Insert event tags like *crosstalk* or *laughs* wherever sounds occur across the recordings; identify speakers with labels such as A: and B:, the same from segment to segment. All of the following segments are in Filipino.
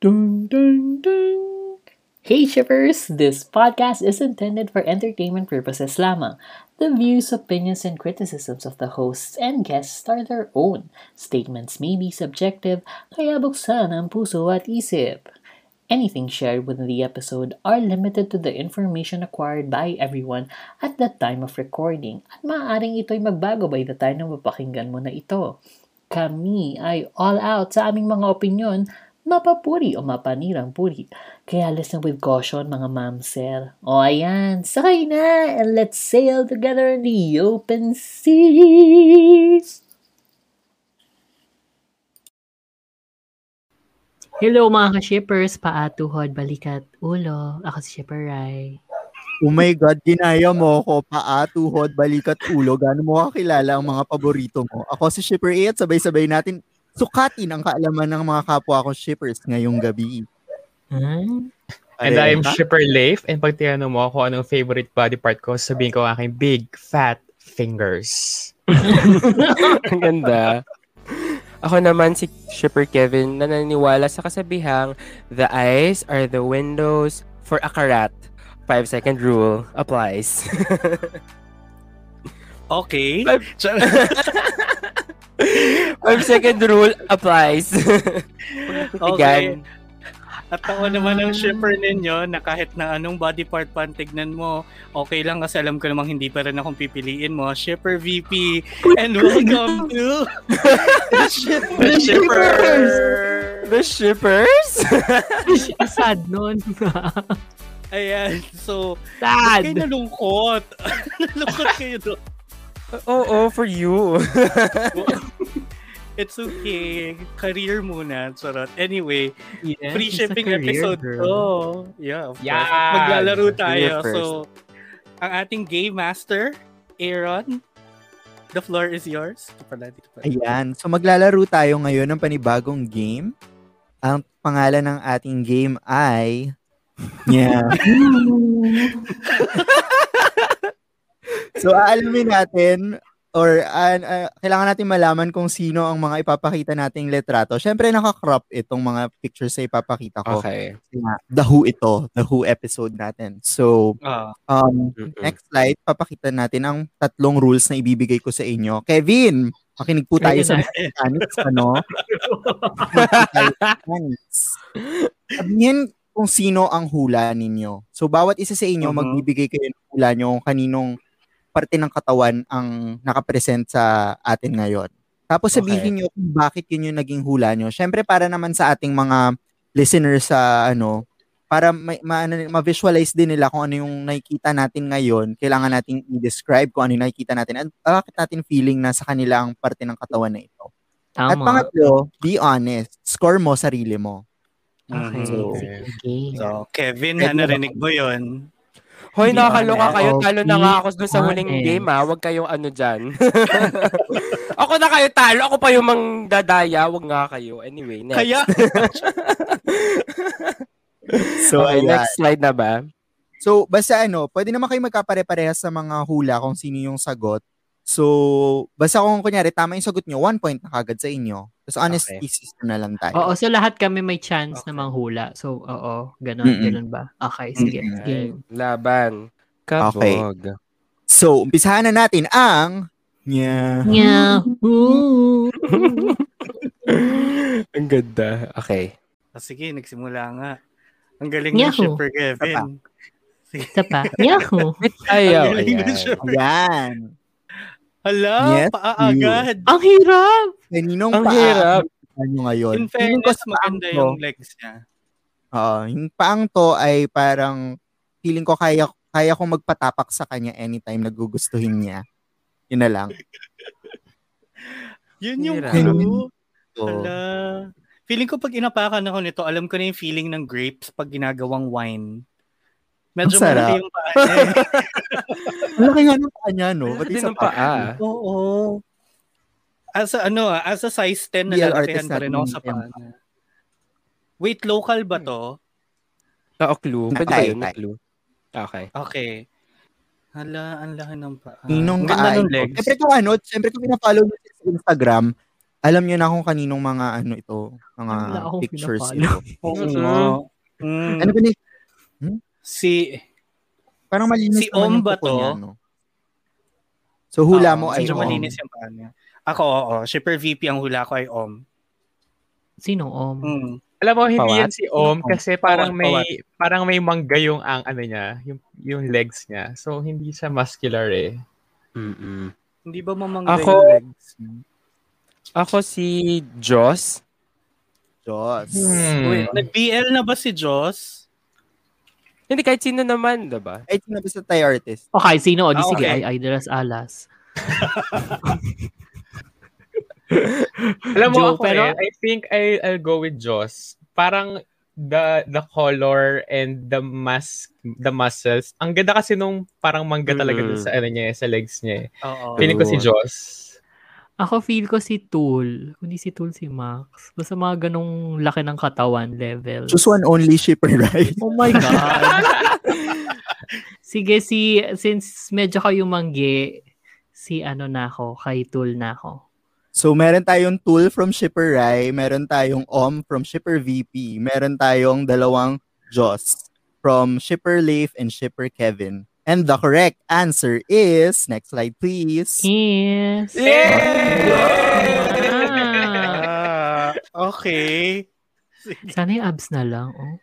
A: Dun, dun, dun. Hey Shivers! This podcast is intended for entertainment purposes lamang. The views, opinions, and criticisms of the hosts and guests are their own. Statements may be subjective, kaya buksan ang puso at isip. Anything shared within the episode are limited to the information acquired by everyone at the time of recording at maaaring ito'y magbago by the time na mapakinggan mo na ito. Kami ay all out sa aming mga opinyon mapapuri o mapanirang puri. Kaya listen with caution mga mamsel. O ayan, sakay na and let's sail together in the open seas. Hello mga ka-shippers, paatuhod, balikat, ulo. Ako si Shipper Rai.
B: Oh my God, ginaya mo ako, paa, tuhod, balikat, ulo. Gaano mo kakilala ang mga paborito mo? Ako si Shipper A at sabay-sabay natin sukatin ang kaalaman ng mga kapwa ko shippers ngayong gabi.
A: Huh?
C: And
B: Ayan
C: I'm
B: ka?
C: Shipper Leif. And pag tinanong mo ako anong favorite body part ko, sabihin ko aking big, fat fingers.
D: *laughs* Ang ganda. Ako naman si Shipper Kevin na naniniwala sa kasabihang the eyes are the windows for a karat. Five second rule applies. *laughs*
E: Okay.
D: Five-
A: *laughs*
E: So,
D: Five second rule applies. *laughs* Pagtitigan.
E: at ako naman ang shipper ninyo na kahit na anong body part pa ang tignan mo, okay lang kasi alam ko namang hindi pa rin akong pipiliin mo. Shipper VP, and
A: *laughs*
E: welcome to The Shippers!
D: The shippers? *laughs*
A: Sad nun.
E: Ayan, so, ba't kayo
A: Sad!
E: nalungkot? *laughs* nalungkot kayo doon.
D: Oo, for you.
E: It's okay. Career muna. Charot. Anyway,
A: Yes,
E: free
A: it's a
E: shipping
A: career,
E: episode
A: girl.
E: to. Yeah, of
C: Yan.
B: Ah,
E: course. Maglalaro tayo.
D: Career first.
E: So, ang ating game master, Aaron, the floor is yours. Ito pala, dito pala.
B: Ayan. So maglalaro tayo ngayon ng panibagong game. Ang pangalan ng ating game ay... *laughs* Yeah. so aalamin natin or an- ah, kailangan natin malaman kung sino ang mga ipapakita nating letrato. Siyempre, nakakrop itong mga pictures na ipapakita ko.
D: Okay.
B: Kasi nga, The Who ito, The Who episode natin. So,
E: Ah,
B: um,
D: Mm-mm.
B: next slide, papakita natin ang tatlong rules na ibibigay ko sa inyo. Kevin, makinig po tayo sa mga mechanics, ano? Makinig tayo sa mechanics. Sabihin kung sino ang hula ninyo. So, bawat isa sa inyo,
E: Mhm.
B: magbibigay kayo ng hula nyo kung kaninong parte ng katawan ang nakapresent sa atin ngayon. Tapos sabihin nyo kung bakit yun yung naging hula nyo. Siyempre, para naman sa ating mga listeners sa ano, para ma- ma- ano- ma-visualize din nila kung ano yung nakikita natin ngayon, kailangan nating i-describe kung ano yung nakikita natin at bakit natin feeling na sa kanila ang parte ng katawan na ito.
A: Tama.
B: At pangatlo, be honest. Score mo sarili mo.
A: Okay.
B: So,
A: sige, okay.
E: mm-hmm. so, Kevin,
B: Kevin
E: na narinig mo yun.
D: Hoy,
A: Be
D: nakakaloka
A: honest.
D: kayo. Talo na
A: Be
D: nga ako dun sa huling
A: honest.
D: game, ha? Huwag kayong ano dyan. *laughs* ako na kayo talo. Ako pa yung mangdadaya. Huwag nga kayo. Anyway, next. *laughs*
E: Kaya,
B: so
D: okay,
B: ayan.
D: next slide na ba?
B: So, basta ano, pwede naman kayo magkapare-parehas sa mga hula kung sino yung sagot. So, basta kung kunyari, tama yung sagot nyo, one point na kagad sa inyo. Tapos honesty system na lang tayo.
A: Oo, so lahat kami may chance
E: Okay.
A: na manghula. So, oo, ganun,
B: Mm-mm.
A: ganun ba? Okay, sige.
B: Mm-mm.
A: Game.
D: Laban. Kabog.
B: So, umpisahan na natin ang... Yeah.
A: Yahoo!
D: *laughs* Ang ganda. Okay.
E: Ah, sige, nagsimula nga. Ang galing ni
A: Yahoo.
E: Shipper Kevin.
A: Isa
B: *laughs*
A: pa. Yahoo!
D: Ayaw.
E: Ang galing ng
D: Ayan.
E: shipper.
B: Ayan.
E: Hala,
B: Yes,
E: paaagad.
A: Ang hirap!
B: Kaninong
D: Ang
B: paa
D: hirap.
B: ang nyo ngayon?
E: In
B: Feeling ko
E: fairness,
B: sa paang
E: maganda
B: to-
E: yung legs niya.
B: Oo, yung paang to ay parang feeling ko kaya kaya kong magpatapak sa kanya anytime na gugustuhin niya. Yun na lang.
E: Yun yung
D: Hirap.
E: clue.
B: So,
E: Hala. Feeling ko pag inapakan ako nito, alam ko na yung feeling ng grapes pag ginagawang wine.
B: Ang
E: Medyo
B: sarap.
E: malaki yung paa niya eh.
B: ang laki nga ng paa niya, no? Pati
D: Din
B: sa
D: ang paa.
E: Oo. As a, ano, ah, as a size 10 na
B: Real
E: lalakihan
B: artist
E: pa rin ako
B: natin
E: sa
B: yung
E: paa niya. Wait, local ba to?
D: Oo, clue. Pwede ba
B: Nakay,
D: yun? May
B: nakay.
D: Clue. Okay.
E: Okay. Hala, ang laki ng paa.
B: Ninong
E: Ang ganda
B: kaay.
E: ng legs.
B: Siyempre kung ano, siyempre kung pinafollow nyo siya sa Instagram, alam nyo na kung kaninong mga ano ito, mga
A: Wala akong
B: pictures
A: pinapalo.
B: ito.
E: Oo
C: Mhm.
E: nga. Mm.
B: Ano ba ni,
E: Si,
B: parang malinis
E: Si
B: naman yung
E: Om ba
B: kuko
E: to?
B: niya, no? So hula
E: Oo,
B: mo ay Om.
E: medyo um, malinis yung paa niya. Ako, oo. Shipper VP ang hula ko ay Om.
A: Sino, oh? Om?
E: Mm.
C: Alam mo, hindi
D: Pawat?
C: yan si Om kasi parang
E: Pawat,
C: may
E: pawat.
C: parang may mangga yung ang ano niya, yung yung legs niya. So hindi siya muscular eh.
D: Mm-mm.
E: Hindi ba mamangga
D: Ako-
E: yung legs?
D: Ako si Joss.
B: Diyos. mm.
E: Wait, nag-BL na ba si Joss?
D: Hindi, kahit sino naman, diba?
B: Ay, sino ba sa Thai artist?
A: Okay, sino? O, di
E: Ah,
A: sige,
E: okay.
A: ay, ay, dalas alas.
C: Alam mo
A: Joe,
C: ako
A: pero-
C: eh, I think I I'll go with Joss. Parang the the color and the mask the muscles. Ang ganda kasi nung parang mangga talaga
D: Mm.
C: dun sa ano niya, eh, sa legs niya. eh.
E: Oo.
C: Feeling ko si Joss.
A: Ako feel ko si Tool. Kundi si Tool, si Max. Basta mga ganong laki ng katawan level.
B: Choose
E: Hmm.
B: one only shipper, right?
A: Oh my God. Sige, si, since medyo kayo manggi, si ano na ako, kay Tool na ako.
B: So, meron tayong tool from Shipper Rai, meron tayong Om from Shipper VP, meron tayong dalawang Joss from Shipper Leif and Shipper Kevin. And the correct answer is, next slide please.
A: Yes. Ah,
E: *laughs* Ah, okay.
A: sana yung abs na lang. Oh.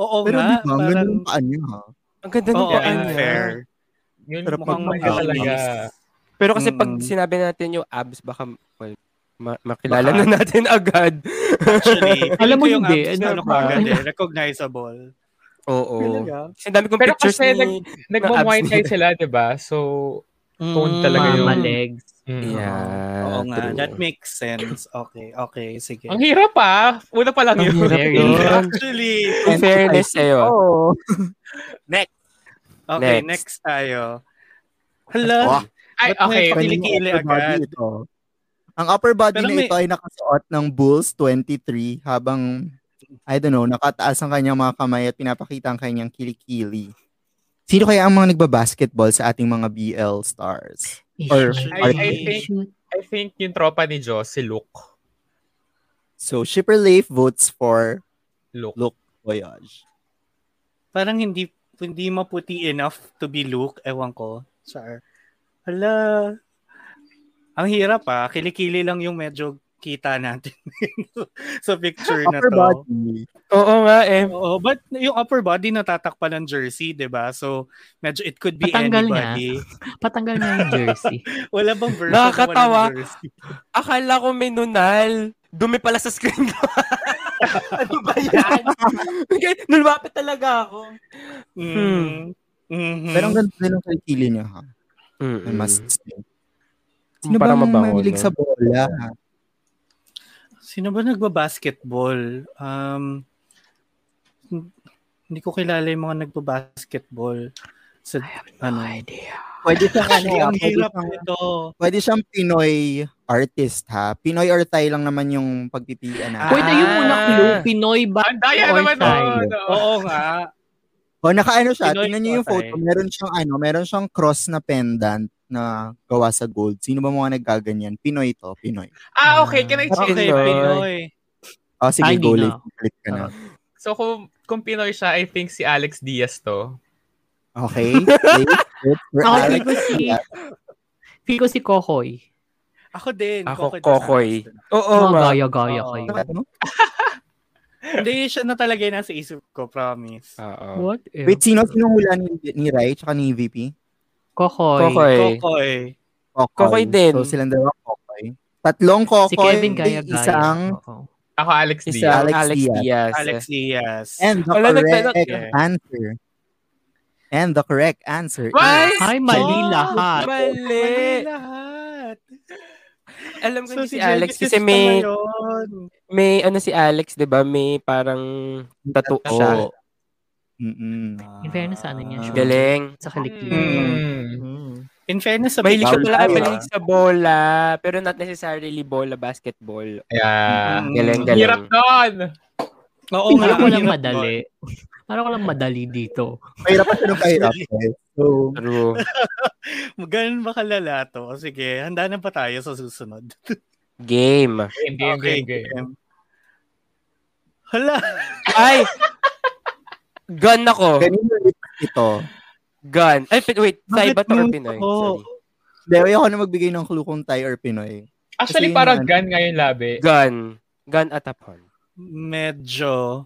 E: Oo
B: Pero di ba, ang
E: nga.
B: ganda
E: parang,
B: ng paan niya ha?
D: Ang ganda ng eh.
E: oo,
D: paa niya.
E: unfair.
C: Yun
B: Sarap
C: mukhang
B: magpapawis.
C: mangga talaga.
D: ah, Pero kasi pag
B: Mm.
E: Mm-mm.
D: sinabi natin yung abs, baka well, ma- makilala na natin *laughs* agad.
E: *laughs* Actually,
A: Alam mo
E: feeling ko yung
A: hindi,
E: abs
A: ano
E: na ano
A: ba?
E: kagad eh, recognizable.
D: Oo.
E: Talaga?
D: Kasi ang dami kong
C: Pero
D: pictures
C: kasi
D: ni... abs
C: Nagmo-white tie sila, 'di ba? So Toned talaga
A: Mama
C: yun.
A: legs.
C: mm.
D: Yeah.
E: Mm. Oo nga,
D: Ah, true.
E: that makes sense. Okay, okay, sige. *laughs*
C: Ang hirap ah. Una pa lang
D: Ang
C: yun.
D: hirap
A: Very.
D: yun.
E: Actually,
D: In fairness sa'yo.
B: Oh.
E: okay,
D: Next.
E: next, tayo. Hala,
B: Oh,
C: Ay,
E: Ba't may
C: okay.
E: pili- Kilikili
B: upper body
E: agad.
B: ito. Ang upper body
E: Pero
B: na
E: may-
B: ito ay nakasuot ng Bulls 23 habang, I don't know, nakataas ang kanyang mga kamay at pinapakita ang kanyang kilikili. Sino kaya ang mga nagbabasketball sa ating mga BL stars? Or-
C: I- I think- I think yung tropa ni Joss, si Luke.
B: So, Shipper Leif votes for
C: Luke.
B: Voyage.
E: parang hindi hindi maputi enough to be Luke. Ewan ko. Sir. Hala. Ang hirap ah. Kilikili lang yung medyo kita natin *laughs* sa picture na
B: Upper
E: to.
B: body.
D: Oo nga eh.
E: Oo, but yung upper body natatakpan ng jersey, 'di ba? So medyo it could be
A: Patanggal niya.
E: anybody. *laughs*
A: Patanggal na yung jersey.
E: Wala bang version? na walang
D: Nakakatawa.
E: jersey?
D: Akala ko may nunal. Dumi pala sa screen ko. *laughs* ano ba
E: *laughs*
D: yan? okay, nulwapit talaga ako.
E: Mm. Mhm.
B: Pero ang ganda din ang kilikili niya, ha? I must say. Sino
D: Para
B: bang
D: mabango,
B: mahilig
D: no?
B: sa bola?
E: Sino ba nagba-basketball? Um, hin- hindi ko kilala yung mga nagba-basketball. Sa, ano.
B: Pwede *laughs* siyang ano,
E: Actually,
B: ha?
E: ang
B: Pwede
E: hirap
B: siyang-
E: nito.
B: Pwede siyang Pinoy artist, ha? Pinoy or Thai lang naman yung pagpipilian natin.
A: Wait, ayun muna clue. Pinoy ba?
C: Ang daya
A: or
C: naman oh,
A: Thai?
C: nun. Oo.
E: Oo nga.
B: O, Oh, nakaano siya.
E: Pinoy
B: Tingnan niyo yung
E: or Thai.
B: photo. Meron siyang ano, meron siyang cross na pendant na gawa sa gold. Sino ba mga nagkaganyan? Pinoy to, Pinoy.
C: Ah, okay. Can I check?
E: Okay,
D: Pinoy.
E: Pinoy.
B: O, Oh, sige,
A: Ay,
B: go
A: di
B: Leif.
A: na.
B: Click ka na.
C: So, kung, kung Pinoy siya, I think si Alex Diaz to.
B: Okay? Leif, Leif, for
A: Ako
B: Alex.
A: feel ko si... Feel ko si Kokoy.
E: Ako din.
D: Ako,
E: Kokoy.
D: Kokoy. Oo
A: Oh,
D: nga.
A: gaya-gaya
E: Oo.
A: kayo.
B: Ano?
E: Hindi, siya na talaga yung nasa isip ko, promise.
D: Oo.
A: What? if-
B: Wait, sino? Sino hula ni, ni Rai tsaka ni VP?
A: Kokoy.
D: Kokoy.
E: Kokoy.
B: Kokoy.
D: Kokoy din.
B: So, silang dalawa kokoy. Tatlong kokoy.
A: Si Kevin
B: may
A: gaya-gaya.
B: Isang
A: Oo.
C: Ako, Alex
D: Isa,
C: Diaz.
B: Alex
D: Alex,
B: Diaz.
D: Diaz.
E: Alex Diaz.
B: And the
D: Wala,
B: correct
E: nagtanong-
B: answer. And the correct answer
D: What?
B: is...
A: Ay, mali lahat.
E: Mali
D: Mali.
E: lahat.
D: Alam ko
E: So,
D: hindi si,
E: si
D: Alex
E: Jelly
D: kasi
E: Fish na
D: may,
E: ngayon.
D: may ano si Alex, 'di ba? May parang tattoo Oh,
B: Oo.
D: siya.
B: Mm-mm.
A: In fairness, ano niya siya.
D: Galing.
A: Sa kalikli.
C: Mm.
A: Mm.
E: Mm-hmm. In fairness sa
D: Mahilig siya
E: picture
D: pala,
E: ko,
D: mahilig sa bola, pero not necessarily bola, basketball.
C: Yeah.
E: Mm.
D: Ah, Galing, galing.
C: Hirap nun.
E: ah. Oo nga.
A: Parang ko
E: ang
A: lang
E: hirap
A: madali. Parang ko lang madali dito.
B: Mahirap pa siya ng kahirap. eh. So,
D: True.
E: nun. Ganun ba kalala to? O sige, handa na pa tayo sa susunod.
D: Game.
C: Game, game, game, game.
E: Hala.
D: Ay! Gun ako.
B: Ganun yung lyrics ito.
D: Gun. Ay, wait, wait. Thai
E: Bakit
D: ba to or
E: mute
D: Pinoy?
E: ako?
D: Sorry.
B: Hindi, ayoko na magbigay ng clue kung Thai or Pinoy.
C: Actually,
B: Kasi yun
C: parang
B: yung-
C: gun nga yung labi.
D: Gun. Gun at upon.
E: Medyo.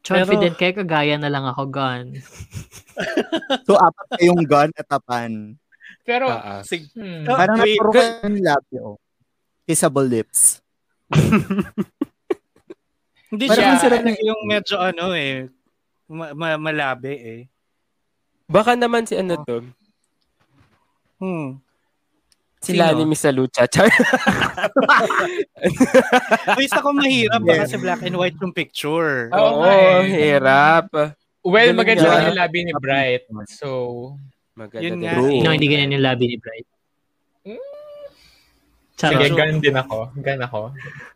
A: Confident kay kagaya na lang ako, gun.
B: So, apat kayong gun at tapan.
C: Pero,
D: Ah, ah.
E: Sig-
C: hmm.
E: Ah,
B: Parang
E: wait,
B: napuro
E: gun-
B: kayo ng labi, oh. Kissable lips.
E: Hindi
B: Parang
E: siya.
C: ang sarap
B: ng-
E: yung medyo ano eh. Ma- ma- malabi eh.
D: Baka naman si ano to.
E: Hmm.
D: Si
A: Sino?
D: Lani Misalucha. *laughs* Char.
E: Wait, ako mahirap baka
B: Yeah.
E: kasi black and white yung picture.
C: Oo
D: Oo,
C: nga eh.
D: hirap.
C: Well,
D: Ganun
C: maganda
D: nga.
C: rin yung labi ni Bright. So,
D: Maganda
E: Yun
D: din.
E: nga.
D: True.
A: No, hindi ganyan yung labi ni Bright.
E: Mm.
A: Charot.
C: sige,
E: Medyo-
C: gun din ako. Gun ako.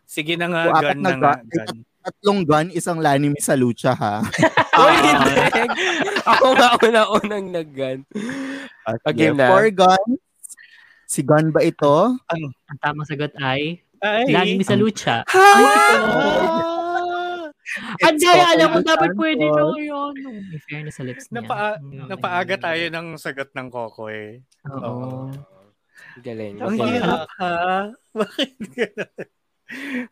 E: Sige na nga,
B: So, apat
E: gun
B: na
E: na nga.
B: gun.
E: Gun.
B: Tatlong gun, isang lani may salucha, ha?
D: Uy, hindi. *laughs* Ako nga una-unang nag-gun. Okay na.
B: Four gun. Si gun ba ito?
A: Ang tamang sagot ay
E: Ay!
A: Lani Misalucha.
D: Ha?
E: Ah!
A: Hindi,
B: It's
A: alam mo,
B: all
A: dapat
B: done
A: pwede
B: for-
A: na yun. May fairness sa lips niya.
E: Napaa-
A: Mm.
E: napaaga tayo ng sagot ng Coco eh.
A: Oo.
D: Galing.
E: Ang
D: galing.
E: hirap ha? *laughs* Bakit ganun?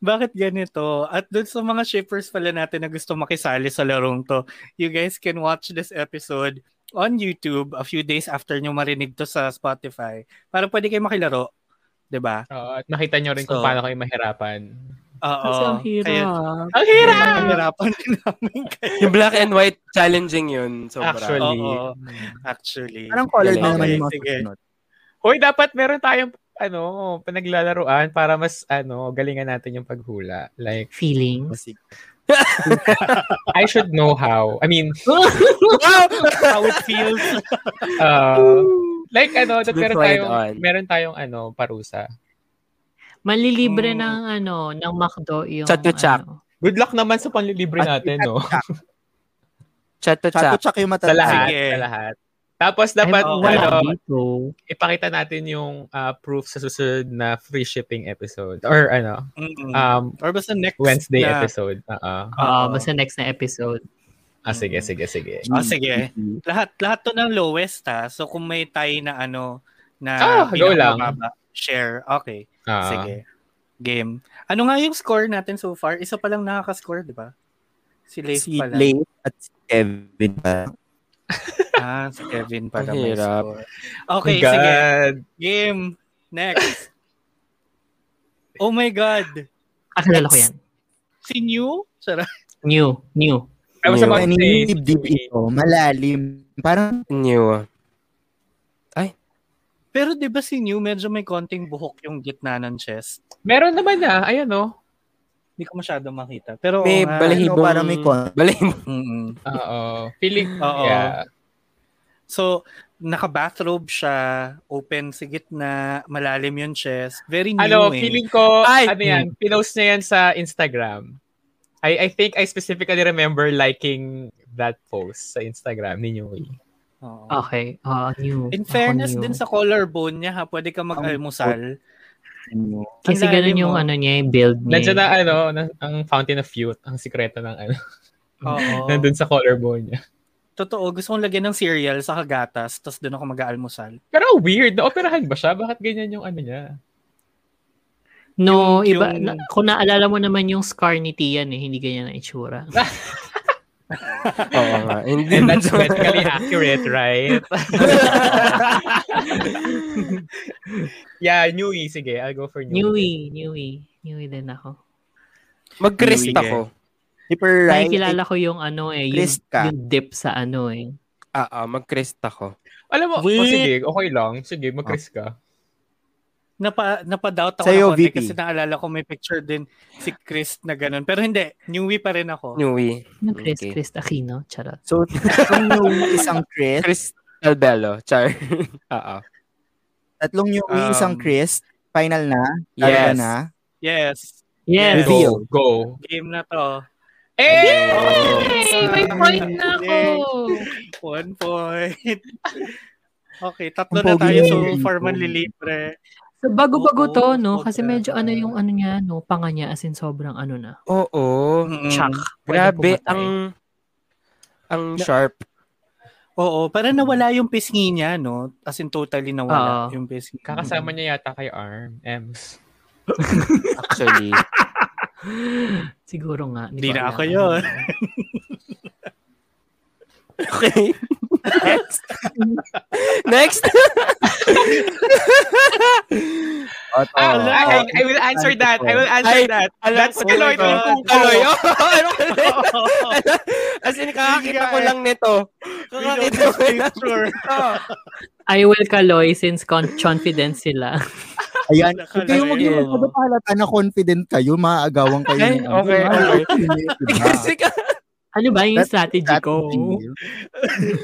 E: Bakit ganito? At dun sa mga shippers pala natin na gusto makisali sa larong to, you guys can watch this episode on YouTube a few days after nyo marinig to sa Spotify para pwede kayo makilaro. 'Di ba?
C: Oo, at nakita nyo rin kung
E: So-
C: paano kayo mahirapan.
E: Oo.
A: Kasi ang
E: Kaya,
A: hirap.
C: Ang
E: hirap! *laughs*
C: hirap!
E: Hirapan din namin kayo.
D: Yung black and white, challenging yun. Sobra.
C: Actually.
E: Oo. Actually.
B: Parang colored na naman yung
D: Galing.
B: mga
E: Okay, sige.
B: susunod.
C: Hoy, dapat meron tayong ano, panaglalaruan para mas ano, galingan natin yung paghula. Like,
A: Feelings.
B: O, sige.
C: I should know how. I
E: *laughs*
C: mean,
E: How it feels.
C: uh, like ano,
D: Good
C: dapat meron
D: point
C: tayong
D: on.
C: meron tayong ano, parusa.
A: Malilibre
E: Mm.
A: ng ano, ng McDo yung
D: Chat-to-chat.
A: ano.
C: Good luck naman sa panlilibre
B: At-
C: natin,
E: *laughs*
C: no?
D: Chat to chat.
B: Chato-chak yung mata.
C: sa lahat,
E: Sige. oh,
C: sa lahat. Tapos dapat
A: Ay,
E: oo.
A: wala
C: ano,
A: dito.
C: ipakita natin yung ah, proof sa susunod na free shipping episode or ano,
E: Mm-mm.
C: um
E: Or basta next
C: Wednesday
E: na.
C: episode. Oo.
A: Ah,
E: Oo.
A: basta next na episode.
C: Ah, sige, sige, sige.
E: Ah, sige. Lahat lahat 'to ng lowest ha. So kung may tie na ano
C: Ah,
E: na
C: go lang.
E: pinakamababa, share. Okay.
C: Ah.
E: Sige. Game. Ano nga yung score natin so far? Isa pa lang nakaka-score, di ba? Si Leif
B: Si
E: pa lang.
B: Late at si Kevin ba?
E: Ah, si Kevin pa lang
D: Ang
E: may
D: hirap.
E: score. Okay,
C: God.
E: sige. Game. Next. oh my God.
A: Akala ko yan.
E: Si New? Sarap.
A: New. New.
C: I was
D: Yun.
C: about to say,
B: Nanginibdib ito. Malalim. Parang
D: New.
E: Pero di ba si New medyo may konting buhok yung gitna ng chest?
C: meron naman na, ayan oh. o.
E: Hindi ko masyado makita. Pero ah,
D: May
E: oo nga.
D: balahibong...
B: Ano, parang may kon-
D: Balahibong.
E: Mm-mm.
C: Oo. Feeling,
E: *laughs* Oo.
C: yeah.
E: So, naka-bathrobe siya, open sa gitna, malalim yung chest. Very new
C: Ano,
E: eh.
C: feeling ko,
D: Ay!
C: ano yan, pinost niya yan sa Instagram. I, I think I specifically remember liking that post sa Instagram ni Nui.
E: Oo.
A: Okay. Ah, new.
E: Oh. In
A: Ako,
E: fairness
A: new.
E: din sa collarbone niya ha, pwede ka mag-almusal.
A: Kasi
E: Ang lalim
A: ganun yung
E: mo.
A: ano niya, yung build niya.
E: Mm.
C: Nandiyan na, ano, na- ang fountain of youth, ang sikreto ng, ano,
A: *laughs*
C: *laughs*
E: Oo.
C: nandun sa collarbone niya.
E: Totoo, gusto kong lagyan ng cereal sa kagatas, tapos doon ako mag-almusal.
C: Pero weird, naoperahan ba siya? Bakit ganyan yung ano niya?
A: No,
E: Yung-
A: iba.
E: yung-
A: na- kung naalala mo naman yung scar ni Tian eh, hindi ganyan ang itsura.
D: *laughs* Oo nga. Hindi.
C: And that's medically accurate, right? yeah, Nui, sige, I'll go for Nui.
A: Newy, newy. Newy din ako.
D: Mag-crisp
E: New
D: ako.
B: Hyper
A: Right.
B: right.
A: kilala ko yung ano eh, yung,
B: Chris ka.
A: yung dip sa ano eh.
D: Oo, mag-crisp Ah, ako.
C: Alam mo, oh,
E: Wait.
C: sige, okay lang. Sige, mag-risk ka.
E: Napa, napadoubt ako
B: Sa'yo,
E: na konti
B: VP.
E: kasi naalala ko may picture din si Chris na ganun. Pero hindi, newie pa rin ako.
D: Newy.
A: Yung Chris,
D: Okay.
A: Chris Aquino, charot.
B: So, tatlong yung isang
D: *laughs*
B: Chris,
D: Chris Albello. Char. *laughs* Ah, Oo.
B: tatlong yung
E: Um,
B: isang Chris, final na, talaga
D: Yes.
B: na.
E: Yes,
A: Yes!
B: Reveal.
C: Go, go.
E: game na to.
C: Eh!
A: Yay! May point na ako!
E: One point. *laughs* Okay,
B: Ang
E: tatlo na
B: pogi
E: tayo
B: ni
E: so
B: Rico.
E: eh. far manlilibre.
A: So, bago-bago
E: Oo,
A: to, no?
E: oo,
A: Kasi
E: talaga.
A: medyo ano yung ano niya, no? Panga niya, as in sobrang ano na.
D: Oo.
E: Mm.
A: Chak. Pwede
D: Grabe,
A: pumatay.
D: ang ang sharp.
E: Oo, para nawala yung pisngi niya, no? As in, totally nawala
A: Oo.
E: yung pisngi.
C: Kakasama niya yata kay Arm. Ems.
D: *laughs* Actually.
A: Siguro nga.
E: Di
A: ko
E: na
A: alam.
E: ako yun.
D: okay. Next. Next.
B: Oto.
C: Ah,
E: Oo.
C: I, I- I will answer that. I will answer
D: Ay,
C: that.
D: alam
C: That's
D: ko
E: na
C: Kaloy
E: to.
D: *laughs*
C: Tulfo.
D: Kaloy. Oh, *laughs* ano ka
C: *laughs*
D: rin? As in, kakakita ko lang nito. Kakakita ko lang
E: *laughs* Sure.
D: nito.
A: I will kaloy since con- confident sila. *laughs*
B: Oh, Ayan.
E: Nakalagay.
B: Ito yung magiging
D: Oo.
B: magpapahalata na confident kayo, maaagawan kayo.
D: Ay,
B: ng-
D: okay, okay.
B: Diba?
D: *laughs* Kasi ka,
A: Ano ba yung
B: That-
A: strategy
B: That
A: ko?
B: would be-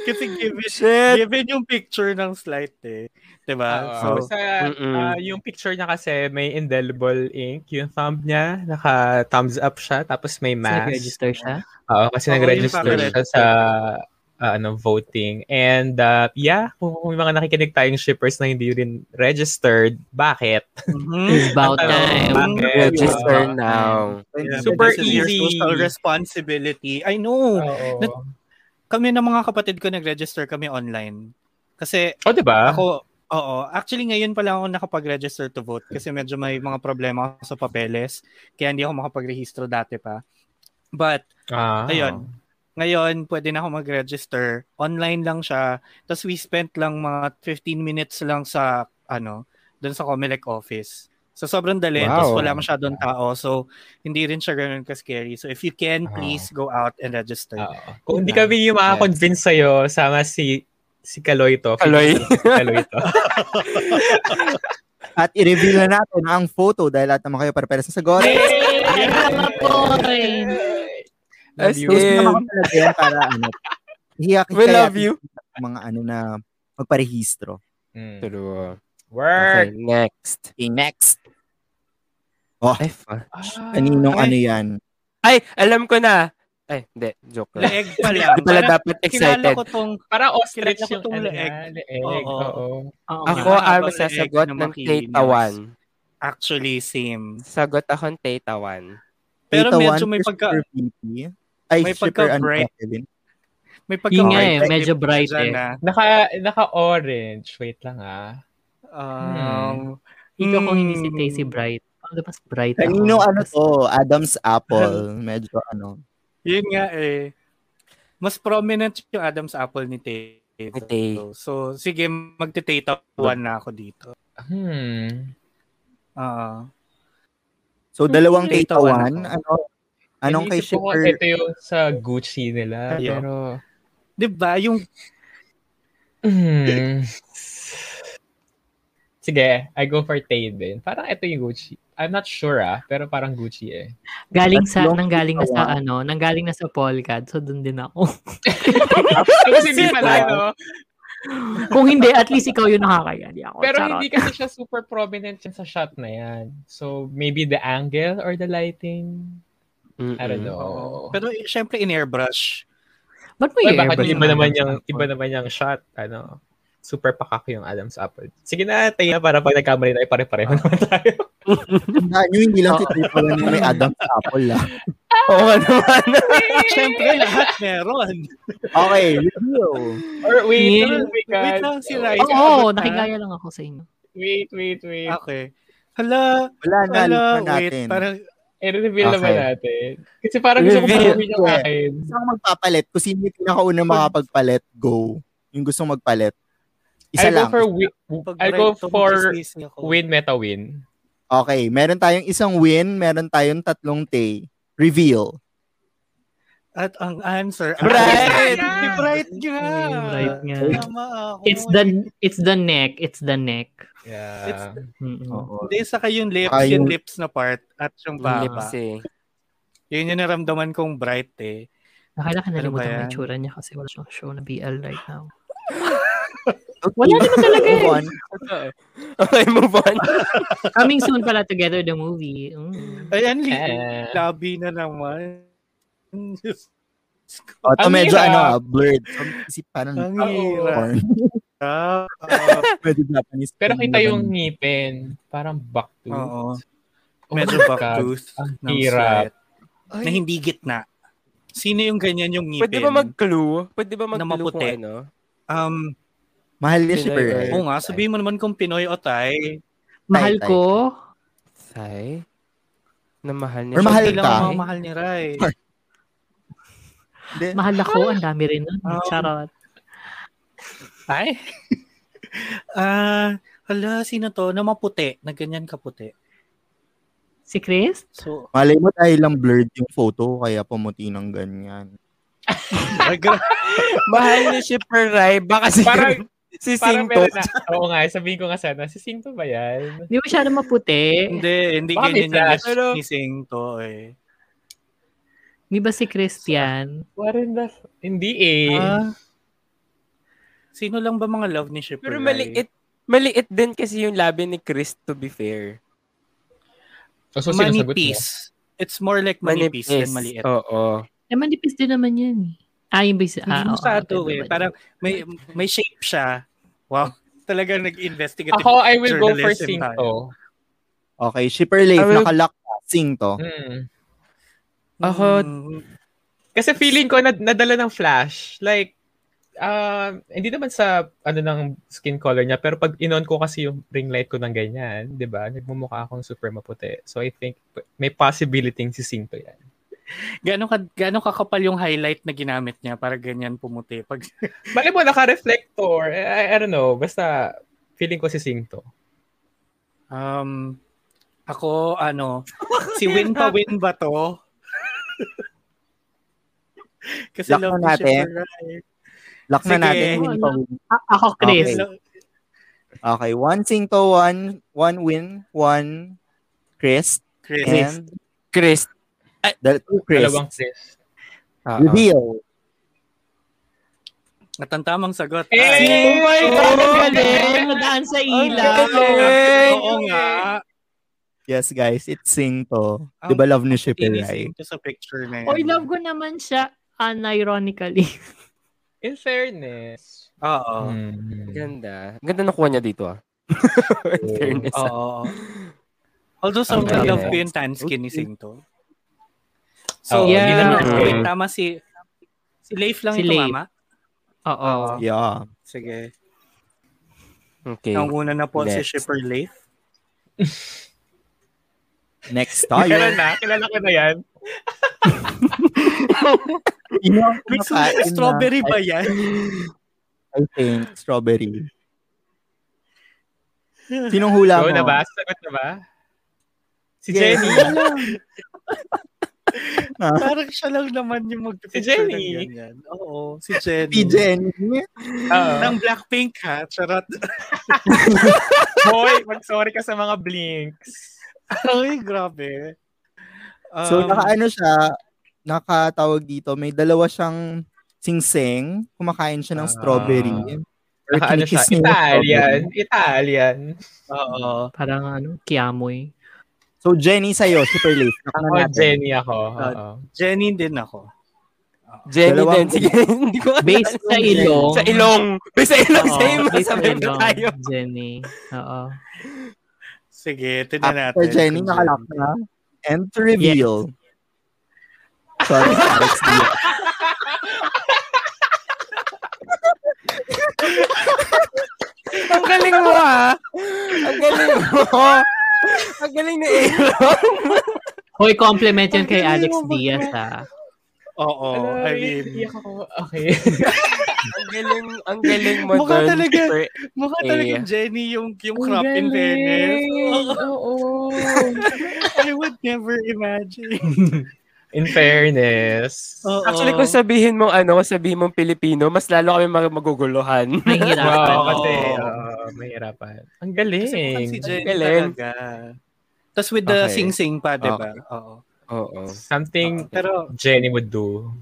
E: Kasi given,
D: shit.
E: given yung picture ng slide, eh.
C: Ah,
E: Diba? so,
C: sa,
D: Mm-mm.
C: ah, yung picture niya kasi may indelible ink. Yung thumb niya, naka-thumbs up siya. Tapos may mask.
A: Nag-register siya?
C: Oo, kasi
E: Oo,
C: nag-register
E: yung
C: siya sa ah, ano voting. And uh, yeah, kung, kung may mga nakikinig tayong shippers na hindi rin registered, bakit?
E: mhm.
A: It's about
C: Ang tanong,
A: time.
C: bakit?
D: Register
C: Oo.
D: now.
E: Yeah,
C: Super
E: this is your
C: easy. Ah.
E: social responsibility. I know.
C: Oo.
E: Kami ng mga kapatid ko nag-register kami online. Kasi
C: Oh, di ba?
E: Ako, oo. Actually, ngayon pa lang ako nakapag-register to vote kasi medyo may mga problema ako sa papeles. Kaya hindi ako makapag-rehistro dati pa. But,
C: Ah.
E: ayun. Ngayon, pwede na ako mag-register. Online lang siya. Tapos we spent lang mga 15 minutes lang sa, ano, dun sa Comelec office. So, sobrang dali.
D: Wow.
E: Tapos wala masyadong tao. So, hindi rin siya ganun ka-scary. So, if you can,
C: Ah.
E: please go out and register.
C: Oo. Kung hindi kami yung makakonvince sa'yo, sama si si Kaloy to.
D: Kaloy.
C: *laughs* Si Kaloy to.
B: At i-reveal na natin ang photo dahil lahat naman kayo para sa sagot.
D: As
C: Love you.
B: Gusto
D: in,
B: naman ko talaga yan para ano. Hiyak
D: we love you.
B: Mga ano na magparehistro.
C: Mm.
D: Tulo. Okay,
C: Work.
D: next.
B: Okay, next. Oh.
D: Ay, fuck.
C: Ah.
B: Kaninong ano yan?
D: Ay, alam ko na. Ay, hindi. Joke lang.
E: Leeg pa lang.
D: Hindi pala dapat
E: Kilala
D: excited.
E: ko tong
C: Parang ostrich
E: Kilala ko
C: yung
E: tong
C: ano
E: leeg.
C: niya, leeg.
E: Oo.
C: Oo.
A: Oo nga.
D: Ako
E: Yung
D: ang
E: habang
D: sasagot
E: leeg na
D: ng
E: makinis.
D: Taitawan.
E: actually same.
D: Sagot ako ng Taitawan.
E: Pero
B: Data
E: medyo
B: one
E: may
B: is
E: pagka-
B: super VP. Ay,
E: may
B: super
E: pagka
B: ano
E: bright.
B: pa, Kevin.
E: May
A: Yun nga
E: pagka-bright
A: eh,
E: na
A: medyo
E: clip
A: bright
E: dyan,
A: eh.
E: ah.
C: Naka, naka-orange. Wait lang ah.
E: Um,
A: Ikaw kung hindi si
E: hmm.
A: Tacy Bright. Ang labas bright ako.
B: Kanino ano to? Adam's Apple. Medyo ano.
E: Yun nga eh. Mas prominent yung Adam's apple ni Tay.
D: Ni Tay.
E: So, sige, magte-Tata one na ako dito.
C: Hmm.
E: Ah,
B: So, dalawang
E: Ay,
B: Tata
E: tawan
B: One.
E: ako.
B: Ano? Anong kay
C: Iniisip ko eh.
B: shipper?
C: Ito yung sa Gucci nila.
E: Ayun.
C: Pero...
E: 'Di ba Diba? yung
C: Hmm. *laughs* Sige, I go for Tay din. Parang ito yung Gucci. I'm not sure ah, pero parang Gucci eh.
A: Galing sa,
B: Tatlong
A: nanggaling na sa
B: tawa.
A: ano, nanggaling na sa Polkad. So, dun din ako.
C: Kasi hindi pala,
B: Wow.
C: no?
A: Kung hindi, at least ikaw yung nakakaya. Di ako.
C: Pero
A: Charot.
C: hindi kasi siya super prominent yun sa shot na yan. So, maybe the angle or the lighting? I
B: Mm-hmm.
C: don't
D: Mm-mm.
C: know.
E: pero eh, syempre in airbrush.
A: Ba't mo
C: Uy,
A: yung
C: baka
A: airbrush
C: Oh. iba
A: ang
C: naman
A: Adam's
C: yung
A: apple?
C: iba naman yung shot, ano. Super pakak yung Adam's apple. Sige na, tayo na para pag nagkamali tayo pare-pareho naman tayo.
B: Tandaan nyo, hindi lang si Tata One yung may Adam's Apple ah.
D: Oo nga naman.
E: Syempre *laughs* lahat meron.
B: Okay, review.
C: *laughs* Or wait,
A: Yeah.
C: oh my God.
E: Wait lang, si Ryza.
A: Oo,
E: Sagot
A: oh,
E: na.
A: nakikaya lang ako sa inyo.
C: Wait, wait, wait.
E: Okay. Hala,
B: Wala na,
E: hala,
B: alam na
E: wait,
B: natin.
E: parang
C: I-reveal
D: Okay.
C: naman natin. Kasi parang gusto ko
D: Reveal.
C: pagawin yung
B: Yeah.
C: akin.
B: Gusto ko magpapalit. Kung sino yung pinakauna makapagpalit, go. Yung gusto magpalit. Isa
C: I'll go
B: lang.
C: for, wi-
E: pag
C: I'll go
E: bright,
C: for
E: tumitis-tis niya ako.
C: win, meta win.
B: Okay, meron tayong isang win, meron tayong tatlong tay. Reveal.
E: At ang answer, ah,
D: Bright!
E: Si Bright nga!
C: Ah.
A: Eh, bright nga.
E: Tama ako.
A: It's the it's the neck, it's the neck.
C: Yeah.
A: Mm-mm.
E: Hindi, saka yung lips,
B: Saka
E: yung
B: yung-
E: lips na part at yung
D: Yung
E: paa.
D: lips eh.
E: Yun yung naramdaman kong bright eh.
A: Nakala ka
E: Ano ba
A: nalimutan ko
E: yan?
A: yung tsura niya kasi wala siyang show na BL right now.
E: *laughs*
A: Wala naman talaga eh.
B: Move on.
D: Okay, move on.
A: Coming soon pala together the movie. Mm.
E: Ayan, li-
C: Eh.
E: labi na naman. Diyos ko.
B: O, to
C: Ang
B: Oh, medyo
C: hirap. Hmm.
B: ano, ah, blurred. So, isip parang
E: Ang
C: Oo.
E: hirap.
B: *laughs* porn.
E: Ah,
B: Medyo Japanese.
C: Pero kita yung ngipin. Parang back to.
E: Oo.
C: Hmm. Oh
E: Medyo
C: my God.
E: backtooth.
C: Ang
E: ng
C: hirap.
E: sweat, Na hindi gitna. Sino yung ganyan yung ngipin?
D: Pwede ba mag-clue? Pwede ba
E: Na
D: mag-clue kung
E: maputi.
D: ano?
E: Um,
B: Mahal niya si Pearl.
D: Pinay-
E: oo nga, sabihin mo naman kung Pinoy o Thai.
A: Mahal
B: Tay, tay,
A: ko.
D: Thai? Na mahal niya.
B: Or mahal
E: Hindi
B: ka.
E: lang ang mga mahal ni Rai.
B: Hindi.
A: Mahal ako. Ang dami rin nun.
E: Um,
A: Charot.
E: Ay? *laughs* Ah, hala, sino to? Na maputi, na ganyan kaputi.
A: Si Chris?
E: So,
C: *laughs*
B: Malay mo tayo lang blurred yung photo, kaya pumuti ng ganyan.
E: ay, gra-
D: mahal niya si Peray. Baka si,
C: Parang-
D: *laughs* si
C: Parang
D: Singto.
C: meron na. Oo nga, sabihin ko nga sana, si Singto ba yan?
A: Hindi masyado maputi.
E: hindi, hindi
C: Baka may
E: ganyan yung
C: flash.
E: lip kissing to eh.
A: Di ba si Christian?
C: Warren the... Hindi eh.
E: Ah, sino lang ba mga love ni Shipper
D: Pero
E: Rai?
D: maliit. Maliit din kasi yung labi ni Chris, to be fair.
C: Oh, so, sinasagot mo?
E: manipis. It's more like manipis, than maliit.
D: Oo.
A: Eh, manipis din naman yan. eh. Ah, yung base.
E: Hindi
A: Ah, oo,
E: masyado
A: pwede
E: eh.
A: naman.
E: Parang may, may shape siya. Wow. *laughs* Talagang nag-investigative.
C: Ako, I will go for
E: Journalism
C: Singto.
B: Okay, shipper life,
D: Ay, well-
B: nakalock sing to.
C: Hmm.
D: Ako-
E: Mm,
C: Kasi feeling ko nad- nadala ng flash. Like, um, hindi naman sa ano ng skin color niya, pero pag inon ko kasi yung ring light ko ng ganyan, di ba? Nagmumukha akong super maputi. So I think p- may possibility si Singto yan.
E: Gaano ka gaano kakapal yung highlight na ginamit niya para ganyan pumuti pag
C: Mali mo, naka-reflector. eh, I, I don't know. Basta feeling ko si Singto.
E: um ako ano si Win pa Win ba to? *laughs* Kasi
B: Lock na
E: love
B: natin.
E: natin. Right.
B: Lock na
E: Sige.
B: natin.
A: Oo,
B: Hindi
A: no.
B: pa win.
A: Ah, ako, Chris.
B: Okay. Okay, one sing to, one, one win, one Chris,
E: Chris.
B: and
D: Chris.
B: the two Chris.
C: Dalawang Chris.
D: Oo.
B: Reveal.
E: At ang tamang sagot.
C: Eh!
E: ay,
A: Oh my God, ang
D: Oh,
A: galing. Nadaan sa ilaw.
D: galing.
E: Oo nga.
B: Yes, guys, it's sing to. Di
E: Ang-
B: ba love ni shipper
E: Inising
B: life?
E: ko sa picture na yan.
A: Oy, love ko naman siya unironically.
C: In fairness.
E: Oo.
C: Hmm.
D: Ganda. Ganda nakuha niya dito ah. In fairness. ah.
E: Oo. Although sa
D: Okay.
E: love ko yung tan skin ni Sing
C: Oo,
E: to. So,
A: Yeah.
E: hindi naman
D: Mm.
E: wait, tama si si Leif lang
A: Si
E: yung
A: Leif.
E: tumama.
A: Oo.
B: Yeah.
E: Sige.
D: Okay.
E: Nanguna na po si
D: Next.
E: Shipper Leif.
B: Next
C: Kilala
B: tayo.
C: na? Kilala ko na yan?
B: Yun ang
E: Wait, so,
B: kumakain na,
E: strawberry ba yan?
B: I think strawberry. Sinong hula
C: Go
B: mo?
C: na ba? Sagot na ba? Si
B: Yes.
C: Jenny.
E: *laughs* Parang siya lang naman yung
C: Si
E: mag-picture
C: Jenny.
E: ng ganyan. Oo, si Jenny.
B: Si Jenny.
C: Oo.
E: Ng Blackpink ha, charot.
C: Hoy, mag-sorry ka sa mga blinks.
E: *laughs* Ay, grabe. Um,
B: So, nakaano siya, nakatawag dito, may dalawa siyang singseng, kumakain siya ng
C: Ah.
B: strawberry. Or
C: Naka, ano siya?
B: kinikiss niya yung
C: Italian.
B: strawberry.
C: Italian.
E: Oo.
A: Parang ano, kiamoy.
B: So, Jenny sa'yo, super late. Naka na
C: Ako,
B: natin.
C: Jenny ako.
E: Ah,
C: Oo.
E: Jenny din ako.
D: Jenny
B: Dalawang-
D: din. Sige, *laughs* hindi ko alam.
A: Based sa ilong.
D: Sa ilong. Based sa ilong.
E: Oo,
D: Same.
A: based sa
D: Masabay na
A: ilong,
D: tayo.
A: Jenny. Oo.
E: Sige, tignan natin.
B: After Jenny, nakalock na. And to reveal.
C: *laughs*
B: Sorry, Alex Diaz.
D: Ang galing mo ah. Ang galing mo. Ang galing na ilong.
A: Hoy, compliment yun kay Alex
C: Ang galing
A: Diaz, ah. ha?
E: Oo, I mean,
C: iiyak ako. Okay.
D: Ang galing, ang galing mo
E: Mukha
D: dun,
E: talaga.
D: Super,
E: mukha
D: Eh.
E: talaga Jenny yung, yung crop in fairness. Oo,
C: Oo.
E: I would never imagine.
C: In fairness.
E: Oo.
D: Actually, kung sabihin mong ano, kung sabihin mong Pilipino, mas lalo kami mag- maguguluhan.
A: *laughs* Nahihirapan.
C: Wow, kasi
E: Oo.
C: oo, mahirapan. Ang
E: Kasi mukhang si
C: galing.
E: Jenny
D: Galing.
E: talaga. Tapos with the
B: Okay.
E: sing-sing pa, di ba?
B: Okay.
E: Oo.
D: Oo.
C: Something
E: Pero,
C: Jenny would do.